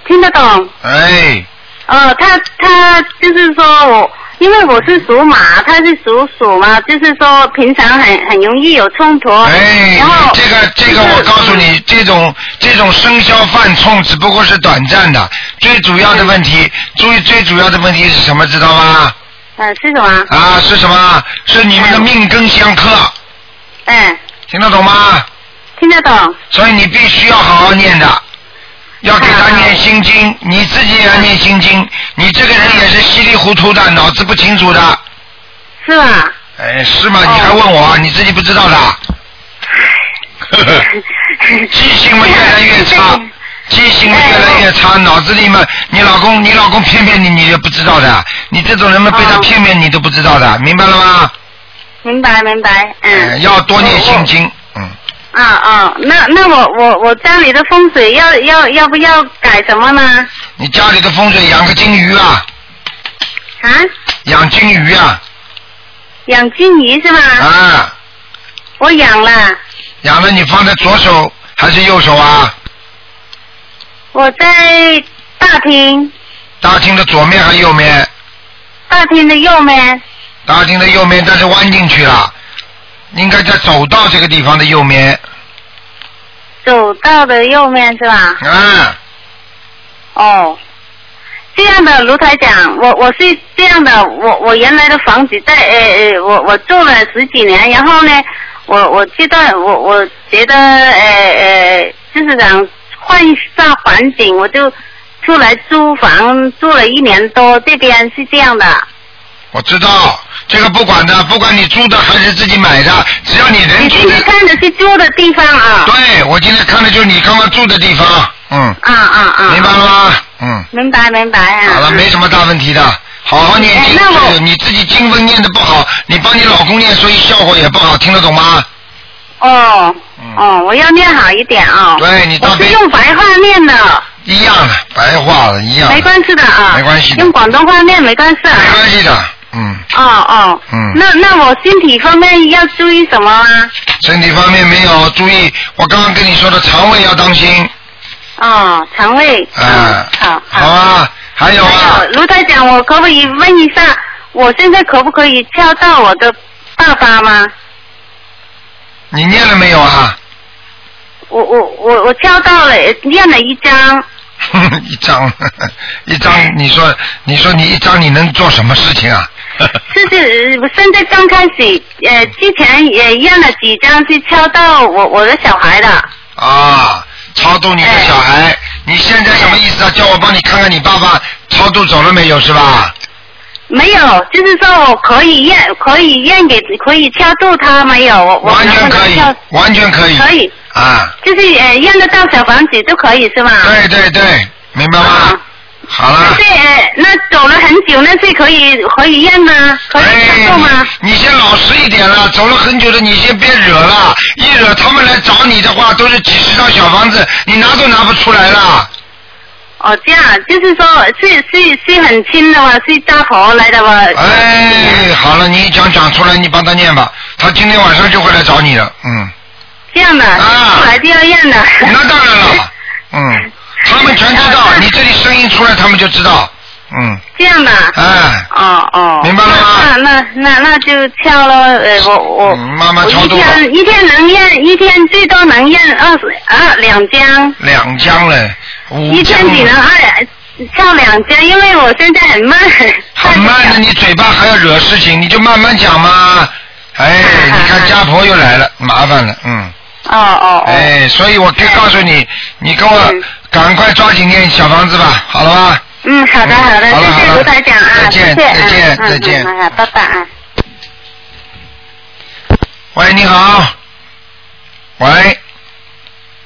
Speaker 3: 听得懂。
Speaker 1: 哎，
Speaker 3: 哦，他他就是说我，因为我是属马，他是属鼠嘛，就是说平常很很容易有冲突。
Speaker 1: 哎
Speaker 3: 哦然后，嗯
Speaker 1: 这个这个，我告诉你，这种这种生肖犯冲只不过是短暂的，最主要的问题，最最主要的问题是什么？知道吗？
Speaker 3: 呃，是什么？
Speaker 1: 啊，是什么？是你们的命根相克，
Speaker 3: 嗯，
Speaker 1: 听得懂吗？
Speaker 3: 听得懂。
Speaker 1: 所以你必须要好好念的，要给他
Speaker 3: 好
Speaker 1: 念心经，
Speaker 3: 嗯
Speaker 1: 你自己也要念心经。你这个人也是稀里糊涂的，脑子不清楚的。
Speaker 3: 是吧？
Speaker 1: 哎，是
Speaker 3: 哦
Speaker 1: 吗？你还问我啊，你自己不知道的 啊。呵呵记性嘛越来越差，记性嘛越来越
Speaker 3: 哎
Speaker 1: 差，脑子里嘛，你老公你老公骗骗你，你也不知道的。你这种人嘛，被他
Speaker 3: 哦
Speaker 1: 骗骗你都不知道的，明白了吗？
Speaker 3: 明白明白，
Speaker 1: 哎
Speaker 3: 嗯。
Speaker 1: 要多念心经，嗯。
Speaker 3: 啊啊，那那我我我家里的风水要要要不要改什么呢？
Speaker 1: 你家里的风水养个金鱼啊，
Speaker 3: 啊，
Speaker 1: 养金鱼啊，
Speaker 3: 养金鱼是吗？
Speaker 1: 啊。
Speaker 3: 我养了，
Speaker 1: 养了你放在左手还是右手啊？
Speaker 3: 我在大厅，
Speaker 1: 大厅的左面还是右面？
Speaker 3: 大厅的右面。
Speaker 1: 大厅的右面，但是弯进去了，应该在走道这个地方的右面。
Speaker 3: 走道的右面是吧？
Speaker 1: 啊，
Speaker 3: 哦，这样的卢台长，我我是这样的，我我原来的房子在呃呃，我我住了十几年，然后呢，我我觉得我我觉得呃呃，就是想换一下环境，我就出来租房住了一年多，这边是这样的。
Speaker 1: 我知道，这个不管的，不管你租的还是自己买的，只要你人
Speaker 3: 你
Speaker 1: 住
Speaker 3: 今
Speaker 1: 的
Speaker 3: 天，看的是租的地方啊？
Speaker 1: 对我今天看的就是你刚刚住的地方，嗯，
Speaker 3: 啊啊啊！
Speaker 1: 明白了吗？嗯，
Speaker 3: 明白明白啊！
Speaker 1: 好了，没什么大问题的，好好念经。
Speaker 3: 哎那我
Speaker 1: 对你自己经文念的不好，你帮你老公念，所以效果也不好，听得懂吗？
Speaker 3: 哦
Speaker 1: 嗯，
Speaker 3: 哦，我要念好一点啊、
Speaker 1: 对你大
Speaker 3: 我
Speaker 1: 悲
Speaker 3: 是用白话念的，
Speaker 1: 一样的，白话了，一样的。
Speaker 3: 没关系的啊。
Speaker 1: 没关系的
Speaker 3: 用广东话念没关系
Speaker 1: 没
Speaker 3: 啊。
Speaker 1: 关系的，嗯，
Speaker 3: 哦哦。
Speaker 1: 嗯
Speaker 3: 那那我身体方面要注意什么啊？
Speaker 1: 身体方面没有注意，我刚刚跟你说的肠胃要当心，
Speaker 3: 哦，肠胃。
Speaker 1: 啊、
Speaker 3: 嗯好
Speaker 1: 好啊，还有啊
Speaker 3: 还，有，卢台长，我可不可以问一下，我现在可不可以敲到我的爸爸吗？
Speaker 1: 你念了没有啊？
Speaker 3: 我我我我敲到了，念了一张，
Speaker 1: 一张， 一张，你说，你说你一张你能做什么事情啊？
Speaker 3: 就是呃我现在刚开始，呃，之前也验了几张，是敲到我我的小孩的。
Speaker 1: 啊，超度你的小孩，
Speaker 3: 哎
Speaker 1: 你现在什么意思啊？叫我帮你看看你爸爸超度走了没有是吧？
Speaker 3: 没有，就是说我可以验，可以验给，可以敲度他没有？我我
Speaker 1: 完全
Speaker 3: 能不能
Speaker 1: 可以
Speaker 3: 敲，
Speaker 1: 完全可以。
Speaker 3: 可以，
Speaker 1: 啊，
Speaker 3: 就是呃验得到小房子就可以是吗？
Speaker 1: 对对对，明白吗
Speaker 3: 啊？
Speaker 1: 好了。
Speaker 3: 那这呃那走了很久，那是可以可以验吗？可以敲度吗
Speaker 1: 哎？你？你先老实一点了，走了很久的，你先别惹了，一惹他们来找你的话，都是几十套小房子，你拿都拿不出来了。
Speaker 3: 哦，这样就是说是是是很轻的吗？是大头来的吗？
Speaker 1: 哎，好了，你讲讲出来，你帮他念吧，他今天晚上就会来找你的，嗯，
Speaker 3: 这样的，
Speaker 1: 啊
Speaker 3: 后来就要验的。
Speaker 1: 那当然了，嗯，他们全知道，你这里声音出来，他们就知道，嗯，
Speaker 3: 这样的。
Speaker 1: 哎，
Speaker 3: 哦哦，
Speaker 1: 明白了吗
Speaker 3: 那那那那就敲了，呃，我我、
Speaker 1: 嗯慢慢
Speaker 3: 我
Speaker 1: 操
Speaker 3: 一
Speaker 1: 作吧
Speaker 3: 天一天能验，一天最多能验二十二两张，
Speaker 1: 两江嘞，五
Speaker 3: 一
Speaker 1: 江
Speaker 3: 天。只能二敲两张，因为我现在很慢。
Speaker 1: 很慢的，你嘴巴还要惹事情，你就慢慢讲嘛。 哎，你看家婆又来了，麻烦了，嗯。
Speaker 3: 哦哦哦。
Speaker 1: 哎，所以我可以告诉你，你跟我
Speaker 3: 嗯
Speaker 1: 赶快抓紧念小房子吧，好了吧？
Speaker 3: 嗯，好的好的，
Speaker 1: 好了
Speaker 3: 谢
Speaker 1: 好
Speaker 3: 谢
Speaker 1: 了
Speaker 3: 卢台长啊，
Speaker 1: 再见
Speaker 3: 谢
Speaker 1: 再
Speaker 3: 谢
Speaker 1: 见
Speaker 3: 嗯嗯
Speaker 1: 再见
Speaker 3: 嗯好，拜拜啊。
Speaker 1: 喂，你好。喂，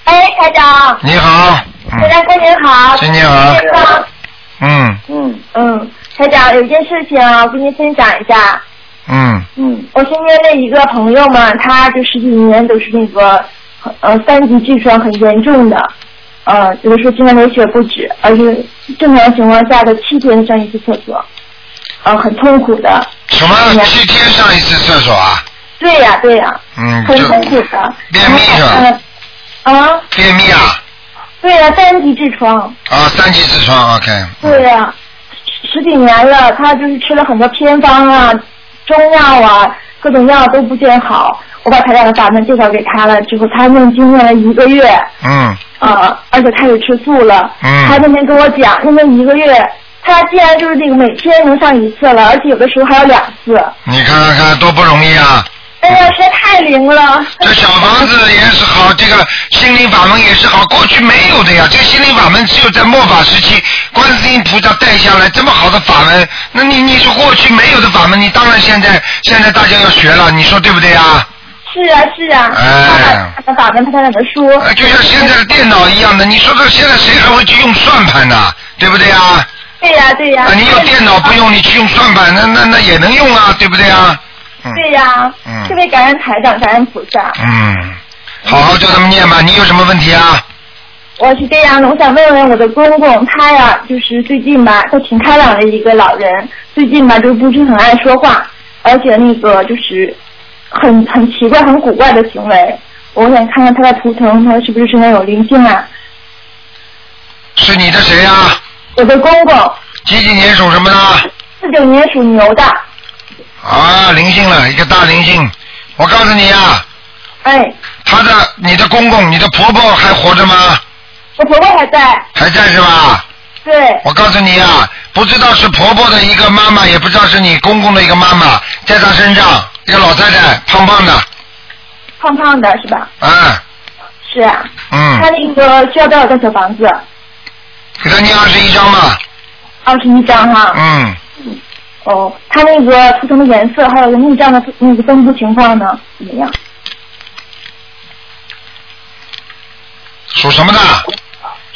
Speaker 5: 哎，台长，
Speaker 1: 你好。
Speaker 5: 台
Speaker 1: 嗯，
Speaker 5: 长过年好，
Speaker 1: 新年好。
Speaker 5: 健康。
Speaker 1: 嗯
Speaker 5: 嗯嗯，台长有一件事情啊，我跟您分享一下。
Speaker 1: 嗯
Speaker 5: 嗯，我身边的一个朋友嘛，他就十几年都是那个呃三级痔疮很严重的，呃，有的时候经常流血不止，而且正常情况下的七天上一次厕所，呃，很痛苦的。
Speaker 1: 什么七天上一次厕所啊？
Speaker 5: 对呀、对呀、
Speaker 1: 嗯，
Speaker 5: 很
Speaker 1: 就
Speaker 5: 痛苦的。
Speaker 1: 便秘是吧？
Speaker 5: 嗯啊，
Speaker 1: 便秘啊？
Speaker 5: 对呀、三级痔疮，
Speaker 1: 啊，三级痔疮，OK。
Speaker 5: 对呀、十十几年了，他就是吃了很多偏方啊、中药啊，各种药都不见好。我把台长的法门介绍给他了之后，他念经念了一个月，
Speaker 1: 嗯
Speaker 5: 啊，而且开始吃素了。
Speaker 1: 嗯
Speaker 5: 他那天跟我讲，那天一个月，他竟然就是那个每天能上一次了，而且有的时候还有两次。
Speaker 1: 你看看看，多不容易啊！
Speaker 5: 哎呀，实在太灵了。
Speaker 1: 这小房子也是好，这个心灵法门也是好，过去没有的呀。这个心灵法门只有在末法时期，观世音菩萨带下来这么好的法门，那你你说过去没有的法门，你当然现在现在大家要学了，你说对不对呀？
Speaker 5: 是啊，是啊。
Speaker 1: 哎
Speaker 5: 他把法门，他在那本书。
Speaker 1: 呃，就像现在的电脑一样的，你说这现在谁还会去用算盘呢？对不对啊呀？
Speaker 5: 对呀、对呀、
Speaker 1: 啊，你有电脑不用，你去用算盘，那那那也能用啊，对不对啊？嗯
Speaker 5: 对呀、
Speaker 1: 嗯
Speaker 5: 特别感恩台长，感恩菩萨。
Speaker 1: 嗯，好好教他们念吧。你有什么问题啊？
Speaker 5: 我是这样的，我想问问我的公公，他呀，就是最近吧，他挺开朗的一个老人，最近吧就不是很爱说话，而且那个就是很很奇怪、很古怪的行为。我想看看他的图腾，他是不是身上有灵性啊？
Speaker 1: 是你的谁呀、啊
Speaker 5: 我的公公
Speaker 1: 几几年属什么的？
Speaker 5: 四九年属牛的，
Speaker 1: 啊，灵性了，一个大灵性。我告诉你啊，
Speaker 5: 哎，
Speaker 1: 他的、你的公公、你的婆婆还活着吗？
Speaker 5: 我婆婆还在，
Speaker 1: 还在是吧？
Speaker 5: 对，
Speaker 1: 我告诉你啊，不知道是婆婆的一个妈妈，也不知道是你公公的一个妈妈，在她身上，一个老太太，胖胖的，
Speaker 5: 胖胖的是吧？
Speaker 1: 啊，
Speaker 5: 是啊，他
Speaker 1: 嗯，
Speaker 5: 那个需要多少张小房子？
Speaker 1: 给她念二十一章吧，
Speaker 5: 二十一张哈。
Speaker 1: 嗯。
Speaker 5: 哦，它那个图腾的颜色，还有内脏的那个分布情况呢，怎么样？
Speaker 1: 属什么的？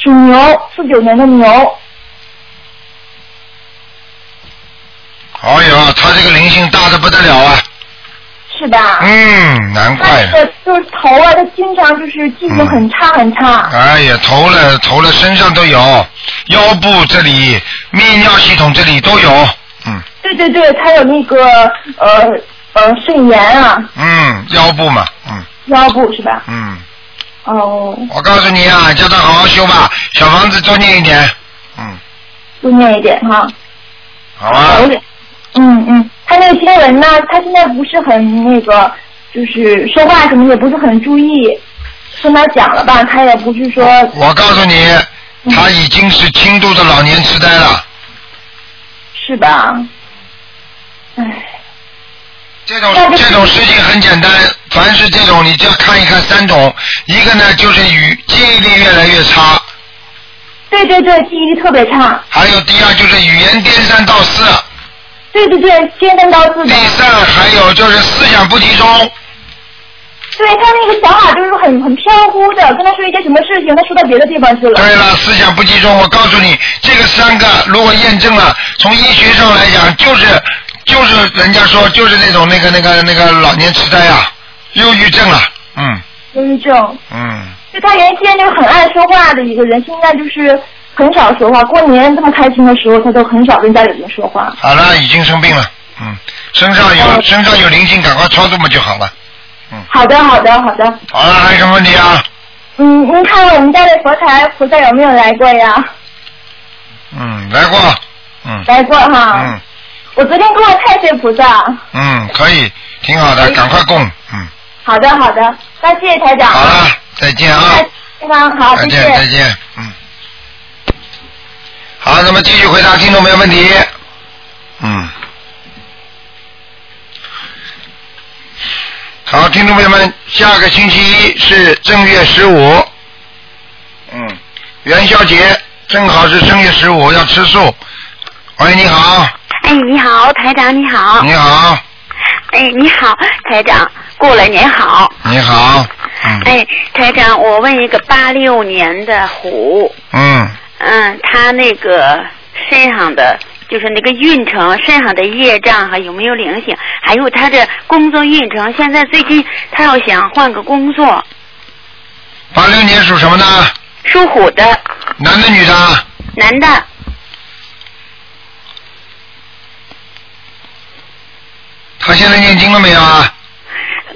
Speaker 5: 属牛，四九年的牛，
Speaker 1: 哎呦，他这个灵性大的不得了啊！
Speaker 5: 是吧？
Speaker 1: 嗯，难
Speaker 5: 它
Speaker 1: 怪
Speaker 5: 那。个就是头啊，它经常就是记性很差很差。
Speaker 1: 哎呀，头了头了，身上都有，腰部这里、泌尿系统这里都有。嗯
Speaker 5: 对对对，它有那个呃呃肾炎啊，
Speaker 1: 嗯，腰部嘛，嗯
Speaker 5: 腰部是吧？
Speaker 1: 嗯，
Speaker 5: 哦，
Speaker 1: 我告诉你啊，叫他好好修吧，小房子多念一点。嗯，
Speaker 5: 多念一点哈，
Speaker 1: 好啊吧
Speaker 5: 有。点。嗯嗯，它那个经文呢，它现在不是很那个，就是说话什么也不是很注意，跟他讲了吧，他也不是说
Speaker 1: 我告诉你，他已经是轻度的老年痴呆了。
Speaker 5: 是吧？唉，
Speaker 1: 这种
Speaker 5: 那就
Speaker 1: 这种事情很简单，凡是这种你就要看一看三种，一个呢就是语记忆力越来越差，
Speaker 5: 对对对，记忆力特别差。
Speaker 1: 还有第二就是语言颠三倒四，
Speaker 5: 对对对，颠三倒四
Speaker 1: 第
Speaker 5: 的。
Speaker 1: 三还有就是思想不集中，
Speaker 5: 对他那个想法就是很很飘忽的，跟他说一件什么事情，他说到别的地方去了。
Speaker 1: 对了，思想不集中，我告诉你，这个三个如果验证了，从医学上来讲，就是就是人家说就是那种那个那个那个老年痴呆啊，忧郁症了，嗯
Speaker 5: 忧郁症，
Speaker 1: 嗯，
Speaker 5: 就他原先就是很爱说话的一个人，现在就是很少说话。过年这么开心的时候，他都很少跟家里人说话。
Speaker 1: 好了，已经生病了，嗯，身上有
Speaker 5: 哦
Speaker 1: 身上有灵性，赶快操作嘛就好了。
Speaker 5: 好的，好的，好的。
Speaker 1: 好了，还有什么问题啊？
Speaker 5: 嗯，您看我们家的佛台菩萨有没有来过呀？
Speaker 1: 嗯，来过，嗯
Speaker 5: 来过哈。
Speaker 1: 嗯
Speaker 5: 我昨天供了太岁菩萨。
Speaker 1: 嗯，可以，挺好的，赶快供，嗯，
Speaker 5: 好的好的，那谢谢台长。
Speaker 1: 好了，再见啊，
Speaker 5: 非常好，
Speaker 1: 再
Speaker 5: 谢
Speaker 1: 见
Speaker 5: 谢。
Speaker 1: 再见，嗯。好，那么继续回答听众朋友问题。嗯。好，听众朋友们，下个星期一是正月十五，嗯，元宵节正好是正月十五，要吃素。喂，你好，
Speaker 3: 哎，你好，台长，你好。
Speaker 1: 你好，
Speaker 3: 哎，你好，台长，过来年好。
Speaker 1: 你好，嗯
Speaker 3: 哎，台长，我问一个八六年的虎，
Speaker 1: 嗯，
Speaker 3: 嗯，他那个身上的就是那个运程，身上的业障还有没有灵性？还有他的工作运程，现在最近他要想换个工作，
Speaker 1: 八六年属什么呢？
Speaker 3: 属虎的
Speaker 1: 男的女的？
Speaker 3: 男的，
Speaker 1: 他现在念经了没有啊？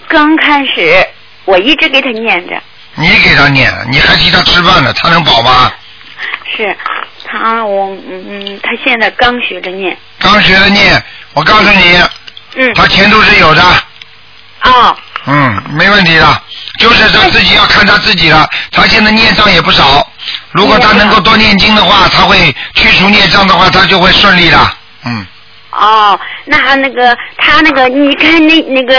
Speaker 3: 刚开始我一直给他念着，
Speaker 1: 你给他念，你还替他吃饭呢，他能饱吗？
Speaker 3: 是他我嗯嗯，他现在刚学着念，
Speaker 1: 刚学的念，我告诉你，
Speaker 3: 嗯，
Speaker 1: 他前途是有的，
Speaker 3: 哦，
Speaker 1: 嗯，没问题的，就是他自己要看他自己了。他现在孽障也不少，如果他能够多念经的话，他会去除孽障的话，他就会顺利的。嗯，
Speaker 3: 哦，那那个他那个，你看那那个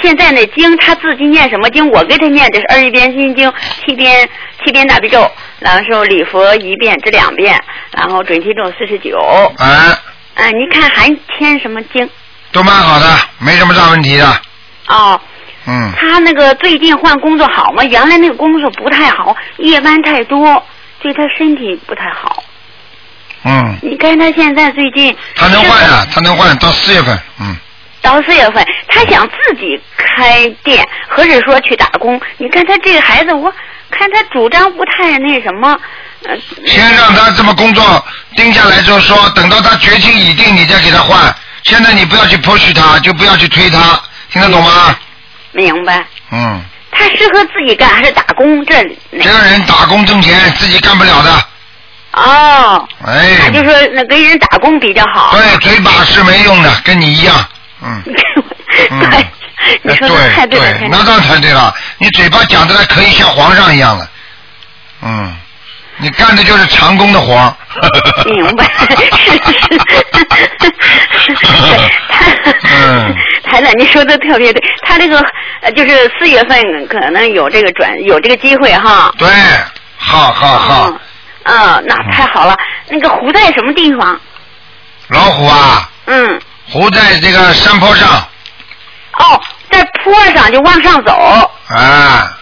Speaker 3: 现在那经他自己念什么经？我给他念的是二十一遍心经，七遍七遍大悲咒，然后礼佛一遍至两遍，然后准提咒四十九。
Speaker 1: 哎，
Speaker 3: 嗯，你看还添什么经？
Speaker 1: 都蛮好的，没什么大问题的。
Speaker 3: 哦，
Speaker 1: 嗯，
Speaker 3: 他那个最近换工作好吗？原来那个工作不太好，夜班太多，对他身体不太好。
Speaker 1: 嗯，
Speaker 3: 你看他现在最近
Speaker 1: 他能换的，他能换，到四月份，嗯，
Speaker 3: 到四月份，他想自己开店，或者说去打工。你看他这个孩子，我看他主张不太那什么，呃，
Speaker 1: 先让他这么工作定下来之后说，等到他决心已定，你再给他换。现在你不要去 push 他，就不要去推他，听得懂吗？
Speaker 3: 明白？
Speaker 1: 嗯，
Speaker 3: 他适合自己干还是打工？这里那
Speaker 1: 这个人打工挣钱自己干不了的，嗯
Speaker 3: 哦，
Speaker 1: 哎，
Speaker 3: 他就说那给人打工比较好。
Speaker 1: 对，嘴巴是没用的，跟你一样，嗯，嗯
Speaker 3: 对，你
Speaker 1: 哎
Speaker 3: 说的太
Speaker 1: 对
Speaker 3: 了，
Speaker 1: 对，
Speaker 3: 先
Speaker 1: 那
Speaker 3: 生
Speaker 1: 当然对了，你嘴巴讲的可以像皇上一样了，嗯，你干的就是长工的活儿，
Speaker 3: 明 白，是是是，他
Speaker 1: 嗯，
Speaker 3: 台长，您说的特别对，他这个呃就是四月份可能有这个转有这个机会哈。
Speaker 1: 对，好好好
Speaker 3: 嗯，，嗯，那太好了。那个湖在什么地方？
Speaker 1: 老虎啊，
Speaker 3: 嗯，
Speaker 1: 虎在这个山坡上
Speaker 3: 哦，在坡上就往上走，
Speaker 1: 啊，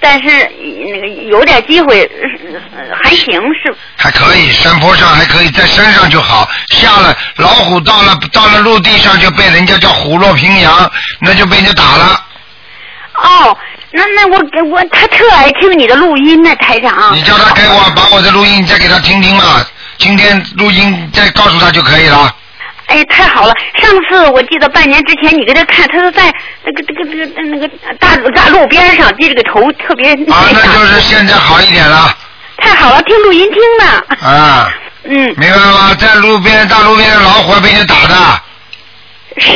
Speaker 3: 但是呃那个有点机会，呃还行是。
Speaker 1: 还可以，山坡上还可以，在山上就好。下了老虎到了到了陆地上就被人家叫虎落平阳，那就被人家打了。
Speaker 3: 哦，那那我给我他特爱听你的录音呢，台长。
Speaker 1: 你叫他给我把我的录音再给他听听嘛，今天录音再告诉他就可以 了。
Speaker 3: 哎，太好了！上次我记得半年之前你给他看，他都在那个这个这个那个大大路边上低着个头，特别
Speaker 1: 啊，那就是现在好一点了
Speaker 3: 太好了，听录音听呢。
Speaker 1: 啊，
Speaker 3: 嗯，
Speaker 1: 明白吗？在路边大路边的老虎还被人打
Speaker 3: 啊
Speaker 1: 的，
Speaker 3: 是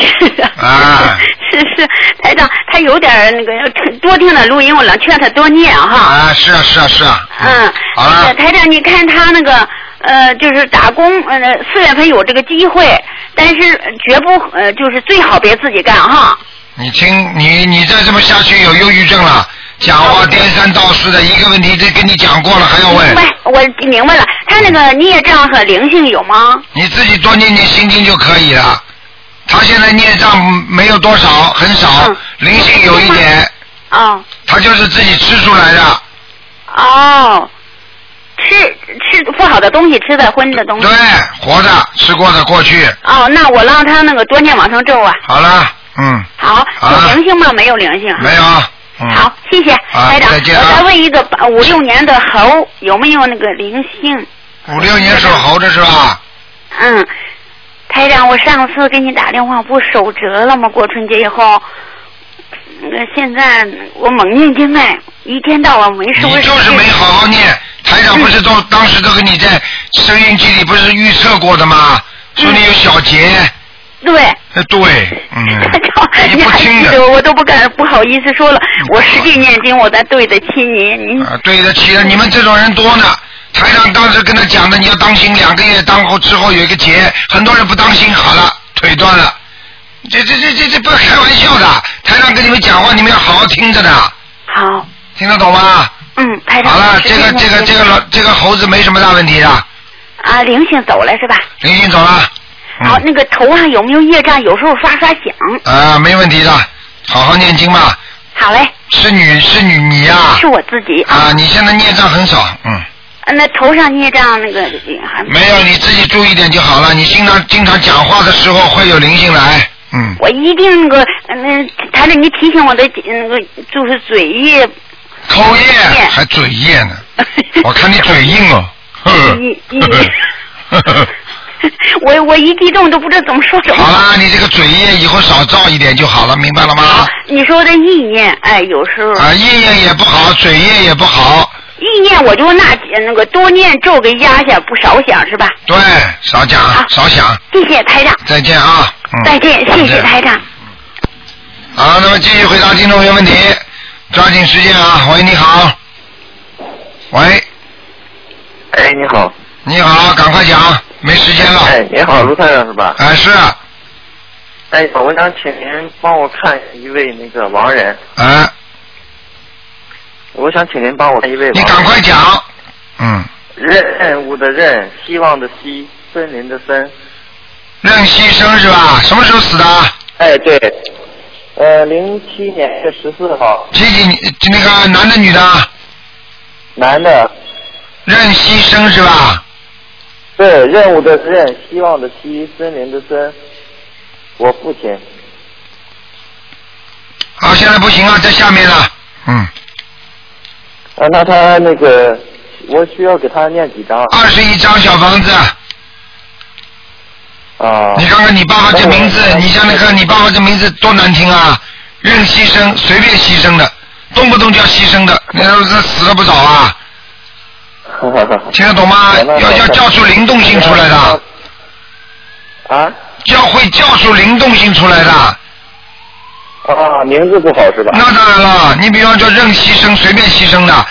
Speaker 1: 啊
Speaker 3: 是是，台长，他有点儿那个多听点录音，我老劝他多念哈。
Speaker 1: 啊，是啊是啊是啊，
Speaker 3: 嗯，
Speaker 1: 好
Speaker 3: 那个
Speaker 1: 了，
Speaker 3: 台长，你看他那个呃，就是打工，呃，四月份有这个机会，但是呃绝不呃，就是最好别自己干哈。
Speaker 1: 你听你你再这么下去有忧郁症了，讲话颠三倒四的，一个问题都跟你讲过了还要
Speaker 3: 明
Speaker 1: 问
Speaker 3: 白，，我明白了，他那个孽障和灵性有吗？
Speaker 1: 你自己多念念心经就可以了。他现在孽障没有多少，很少
Speaker 3: 嗯，
Speaker 1: 灵性有一点，
Speaker 3: 哦
Speaker 1: 他就是自己吃出来的。
Speaker 3: 哦，吃吃不好的东西，吃的荤的东西
Speaker 1: 对。，活的吃过的过去，
Speaker 3: 哦，那我让他那个多念往生咒啊。
Speaker 1: 好了，嗯，
Speaker 3: 好，
Speaker 1: 啊
Speaker 3: 有灵性吗？没有灵性。
Speaker 1: 没有，嗯，
Speaker 3: 好，谢谢
Speaker 1: 啊
Speaker 3: 台长。
Speaker 1: 再见啊
Speaker 3: 我再问一个，呃五六年的猴有没有那个灵性？
Speaker 1: 五六年属猴的是吧？
Speaker 3: 嗯，台长，我上次给你打电话不手折了吗？过春节以后，那现在我猛念经哎，一天到晚没事。
Speaker 1: 你就是嗯没好好念，台长不是都当时都跟你在收音机里不是预测过的吗？说你有小结，
Speaker 6: 对，
Speaker 1: 哎对， 嗯， 你不听的，
Speaker 6: 我我都不敢不好意思说了，我实际念经，我才对得起您，您
Speaker 1: 啊，对得起了，你们这种人多呢。台长当时跟他讲的，你要当心，两个月当后之后有一个结，很多人不当心，好了，腿断了。这这这这这不是开玩笑的，台长跟你们讲话，你们要好好听着的。
Speaker 6: 好，
Speaker 1: 听得懂吗？
Speaker 6: 嗯，台长。
Speaker 1: 好了，
Speaker 6: 实
Speaker 1: 这
Speaker 6: 际
Speaker 1: 个
Speaker 6: 念
Speaker 1: 这个
Speaker 6: 经
Speaker 1: 这个老这个猴子没什么大问题的，
Speaker 6: 啊，灵性走了是吧？
Speaker 1: 灵性走了，嗯
Speaker 6: 好，那个头上有没有业障？有时候刷刷响。
Speaker 1: 啊，没问题的，好好念经吧。
Speaker 6: 好嘞，
Speaker 1: 是女是女你呀、
Speaker 6: 是我自己啊。
Speaker 1: 啊，你现在孽障很少，嗯，
Speaker 6: 那头上业障那个还
Speaker 1: 没有，你自己注意点就好了。你经常经常讲话的时候会有灵性来，嗯，
Speaker 6: 我一定那个，嗯，台长，你提醒我的那个就是嘴业，
Speaker 1: 口业还嘴业呢，我看你嘴硬哦，呵呵
Speaker 6: 你你
Speaker 1: 呵呵呵
Speaker 6: 我我一激动都不知道怎么说什么。
Speaker 1: 好啦，你这个嘴业以后少造一点就好了，明白了吗？
Speaker 6: 你说的意念，哎，有时候、
Speaker 1: 啊，意念也不好，嘴业也不好，
Speaker 6: 意念我就那那个多念咒给压下，不少想是吧？
Speaker 1: 对，少讲少想，
Speaker 6: 谢谢台长，
Speaker 1: 再见啊，嗯，
Speaker 6: 再见，谢谢台长。
Speaker 1: 好，那么继续回答听众朋友问题，抓紧时间啊！喂，你好，喂，
Speaker 7: 哎，你好。
Speaker 1: 你好，赶快讲，没时间了。
Speaker 7: 哎，你好，卢太长是吧？
Speaker 1: 哎，是，
Speaker 7: 哎，我想请您帮我看一位那个亡人，
Speaker 1: 哎，
Speaker 7: 我想请您帮我看一位亡人。
Speaker 1: 你赶快讲，嗯，
Speaker 7: 任任务的任，希望的希，森林的森。
Speaker 1: 任牺牲是吧？什么时候死的？
Speaker 7: 哎，对。呃，零七年一月十四号，
Speaker 1: 几几那个男的女的？
Speaker 7: 男的，
Speaker 1: 任牺牲是吧？
Speaker 7: 对，任务的任，希望的希，森林的森。我父亲，
Speaker 1: 好，现在不行啊，在下面了。嗯
Speaker 7: 呃，那他那个，我需要给他念几张？
Speaker 1: 二十一张小房子，
Speaker 7: 啊。
Speaker 1: 你看看你爸爸这名
Speaker 7: 哦
Speaker 1: 字，你想想看，你爸爸这名字多难听啊！任牺牲，随便牺牲的，动不动就要牺牲的，你说这死了不少啊！ 听得懂吗？要要叫出灵动性出来的。
Speaker 7: 啊？
Speaker 1: 要会叫出灵动性出来的。
Speaker 7: 啊，名字不好是吧？
Speaker 1: 那当然了，你比方说任牺牲，随便牺牲的，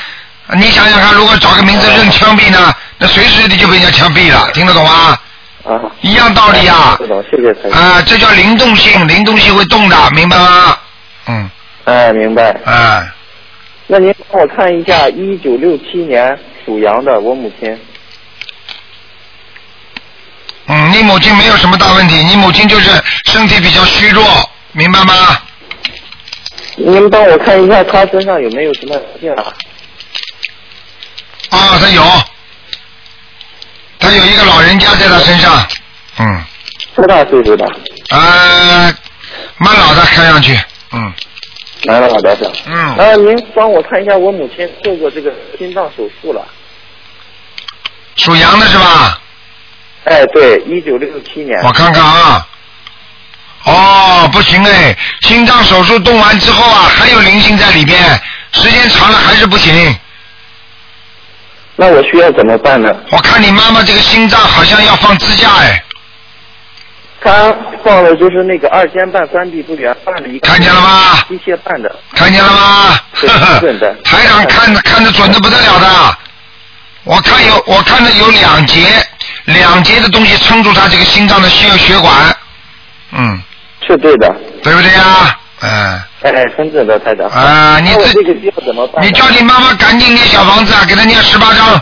Speaker 1: 你想想看，如果找个名字任枪毙呢，那随时随地就被人家枪毙了，听得懂吗？
Speaker 7: 啊。
Speaker 1: 一样道理啊。
Speaker 7: 不懂，谢谢台长。
Speaker 1: 啊，这叫灵动性，灵动性会动的，明白吗？嗯。
Speaker 7: 哎，明白。
Speaker 1: 哎。
Speaker 7: 那您帮我看一下，一九六七年属羊的我母亲。
Speaker 1: 嗯，你母亲没有什么大问题，你母亲就是身体比较虚弱，明白吗？
Speaker 7: 您帮我看一下她身上有没有什么病啊？
Speaker 1: 啊，她有，她有一个老人家在她身上，嗯，
Speaker 7: 多大岁数的？
Speaker 1: 呃，蛮老的，看上去，嗯，
Speaker 7: 男的老的是。
Speaker 1: 嗯。
Speaker 7: 啊，您帮我看一下，我母亲做过这个心脏手术了。
Speaker 1: 属羊的是吧？
Speaker 7: 哎，对，一九六七年。
Speaker 1: 我看看啊。哦，不行哎，心脏手术动完之后啊，还有灵性在里边，时间长了还是不行。
Speaker 7: 那我需要怎么办呢？
Speaker 1: 我看你妈妈这个心脏好像要放支架哎，
Speaker 7: 她放了就是那个二尖瓣三臂不圆，办了一个。看见了
Speaker 1: 吗？
Speaker 7: 机械办的。
Speaker 1: 看见了吗？
Speaker 7: 对，准的。
Speaker 1: 台长看得看得准的不得了的，我看有我看着有两节，两节的东西撑住他这个心脏的血血管，嗯，
Speaker 7: 是对的。
Speaker 1: 对不对呀？嗯。
Speaker 7: 哎，很准的，台长。
Speaker 1: 啊你
Speaker 7: 那我
Speaker 1: 自
Speaker 7: 这个需要怎么办呢？
Speaker 1: 你叫你妈妈赶紧念小房子啊，给她念十八章。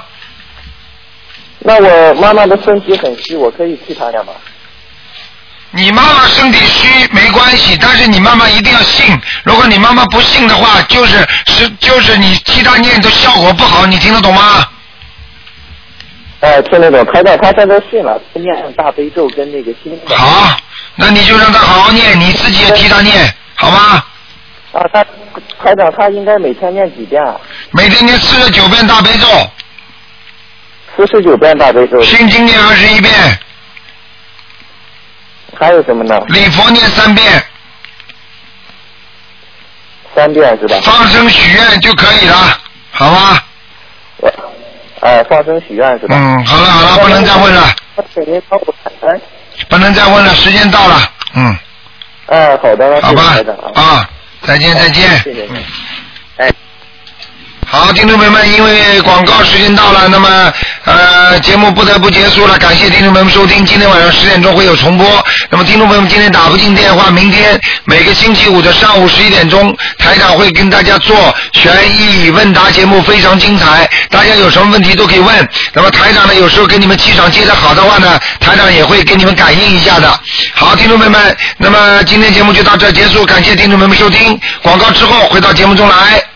Speaker 7: 那我妈妈的身体很虚，我可以替她干嘛？
Speaker 1: 你妈妈身体虚没关系，但是你妈妈一定要信。如果你妈妈不信的话，就是是就是你替她念都效果不好，你听得懂吗？
Speaker 7: 哎，听得懂，台长，她现在信了，念上大悲咒跟那个心经。
Speaker 1: 好，那你就让她好好念，你自己也替她念，好吗？
Speaker 7: 啊，她台长，她应该每天念几遍啊？
Speaker 1: 每天念四十九遍大悲咒，
Speaker 7: 四十九遍大悲咒。
Speaker 1: 心经念二十一遍，
Speaker 7: 还有什么呢？
Speaker 1: 礼佛念三遍，
Speaker 7: 三遍是吧？
Speaker 1: 放生许愿就可以了，好吗？
Speaker 7: 哎，放生许愿是吧？
Speaker 1: 嗯嗯，好了好了，不能再问了。
Speaker 7: 那请您帮我看，哎，
Speaker 1: 不能再问了，时间到了，嗯。
Speaker 7: 哎，好的，
Speaker 1: 好
Speaker 7: 谢谢
Speaker 1: 吧
Speaker 7: 台长啊，
Speaker 1: 啊，再见再见。
Speaker 7: 谢谢你。
Speaker 1: 好，听众朋友们，因为广告时间到了，那么呃节目不得不结束了，感谢听众朋友们收听，今天晚上十点钟会有重播。那么听众朋友们今天打不进电话，明天每个星期五的上午十一点钟，台长会跟大家做悬疑问答节目，非常精彩，大家有什么问题都可以问。那么台长呢，有时候跟你们气场接得好的话呢，台长也会给你们感应一下的。好，听众朋友们，那么今天节目就到这儿结束，感谢听众朋友们收听，广告之后回到节目中来。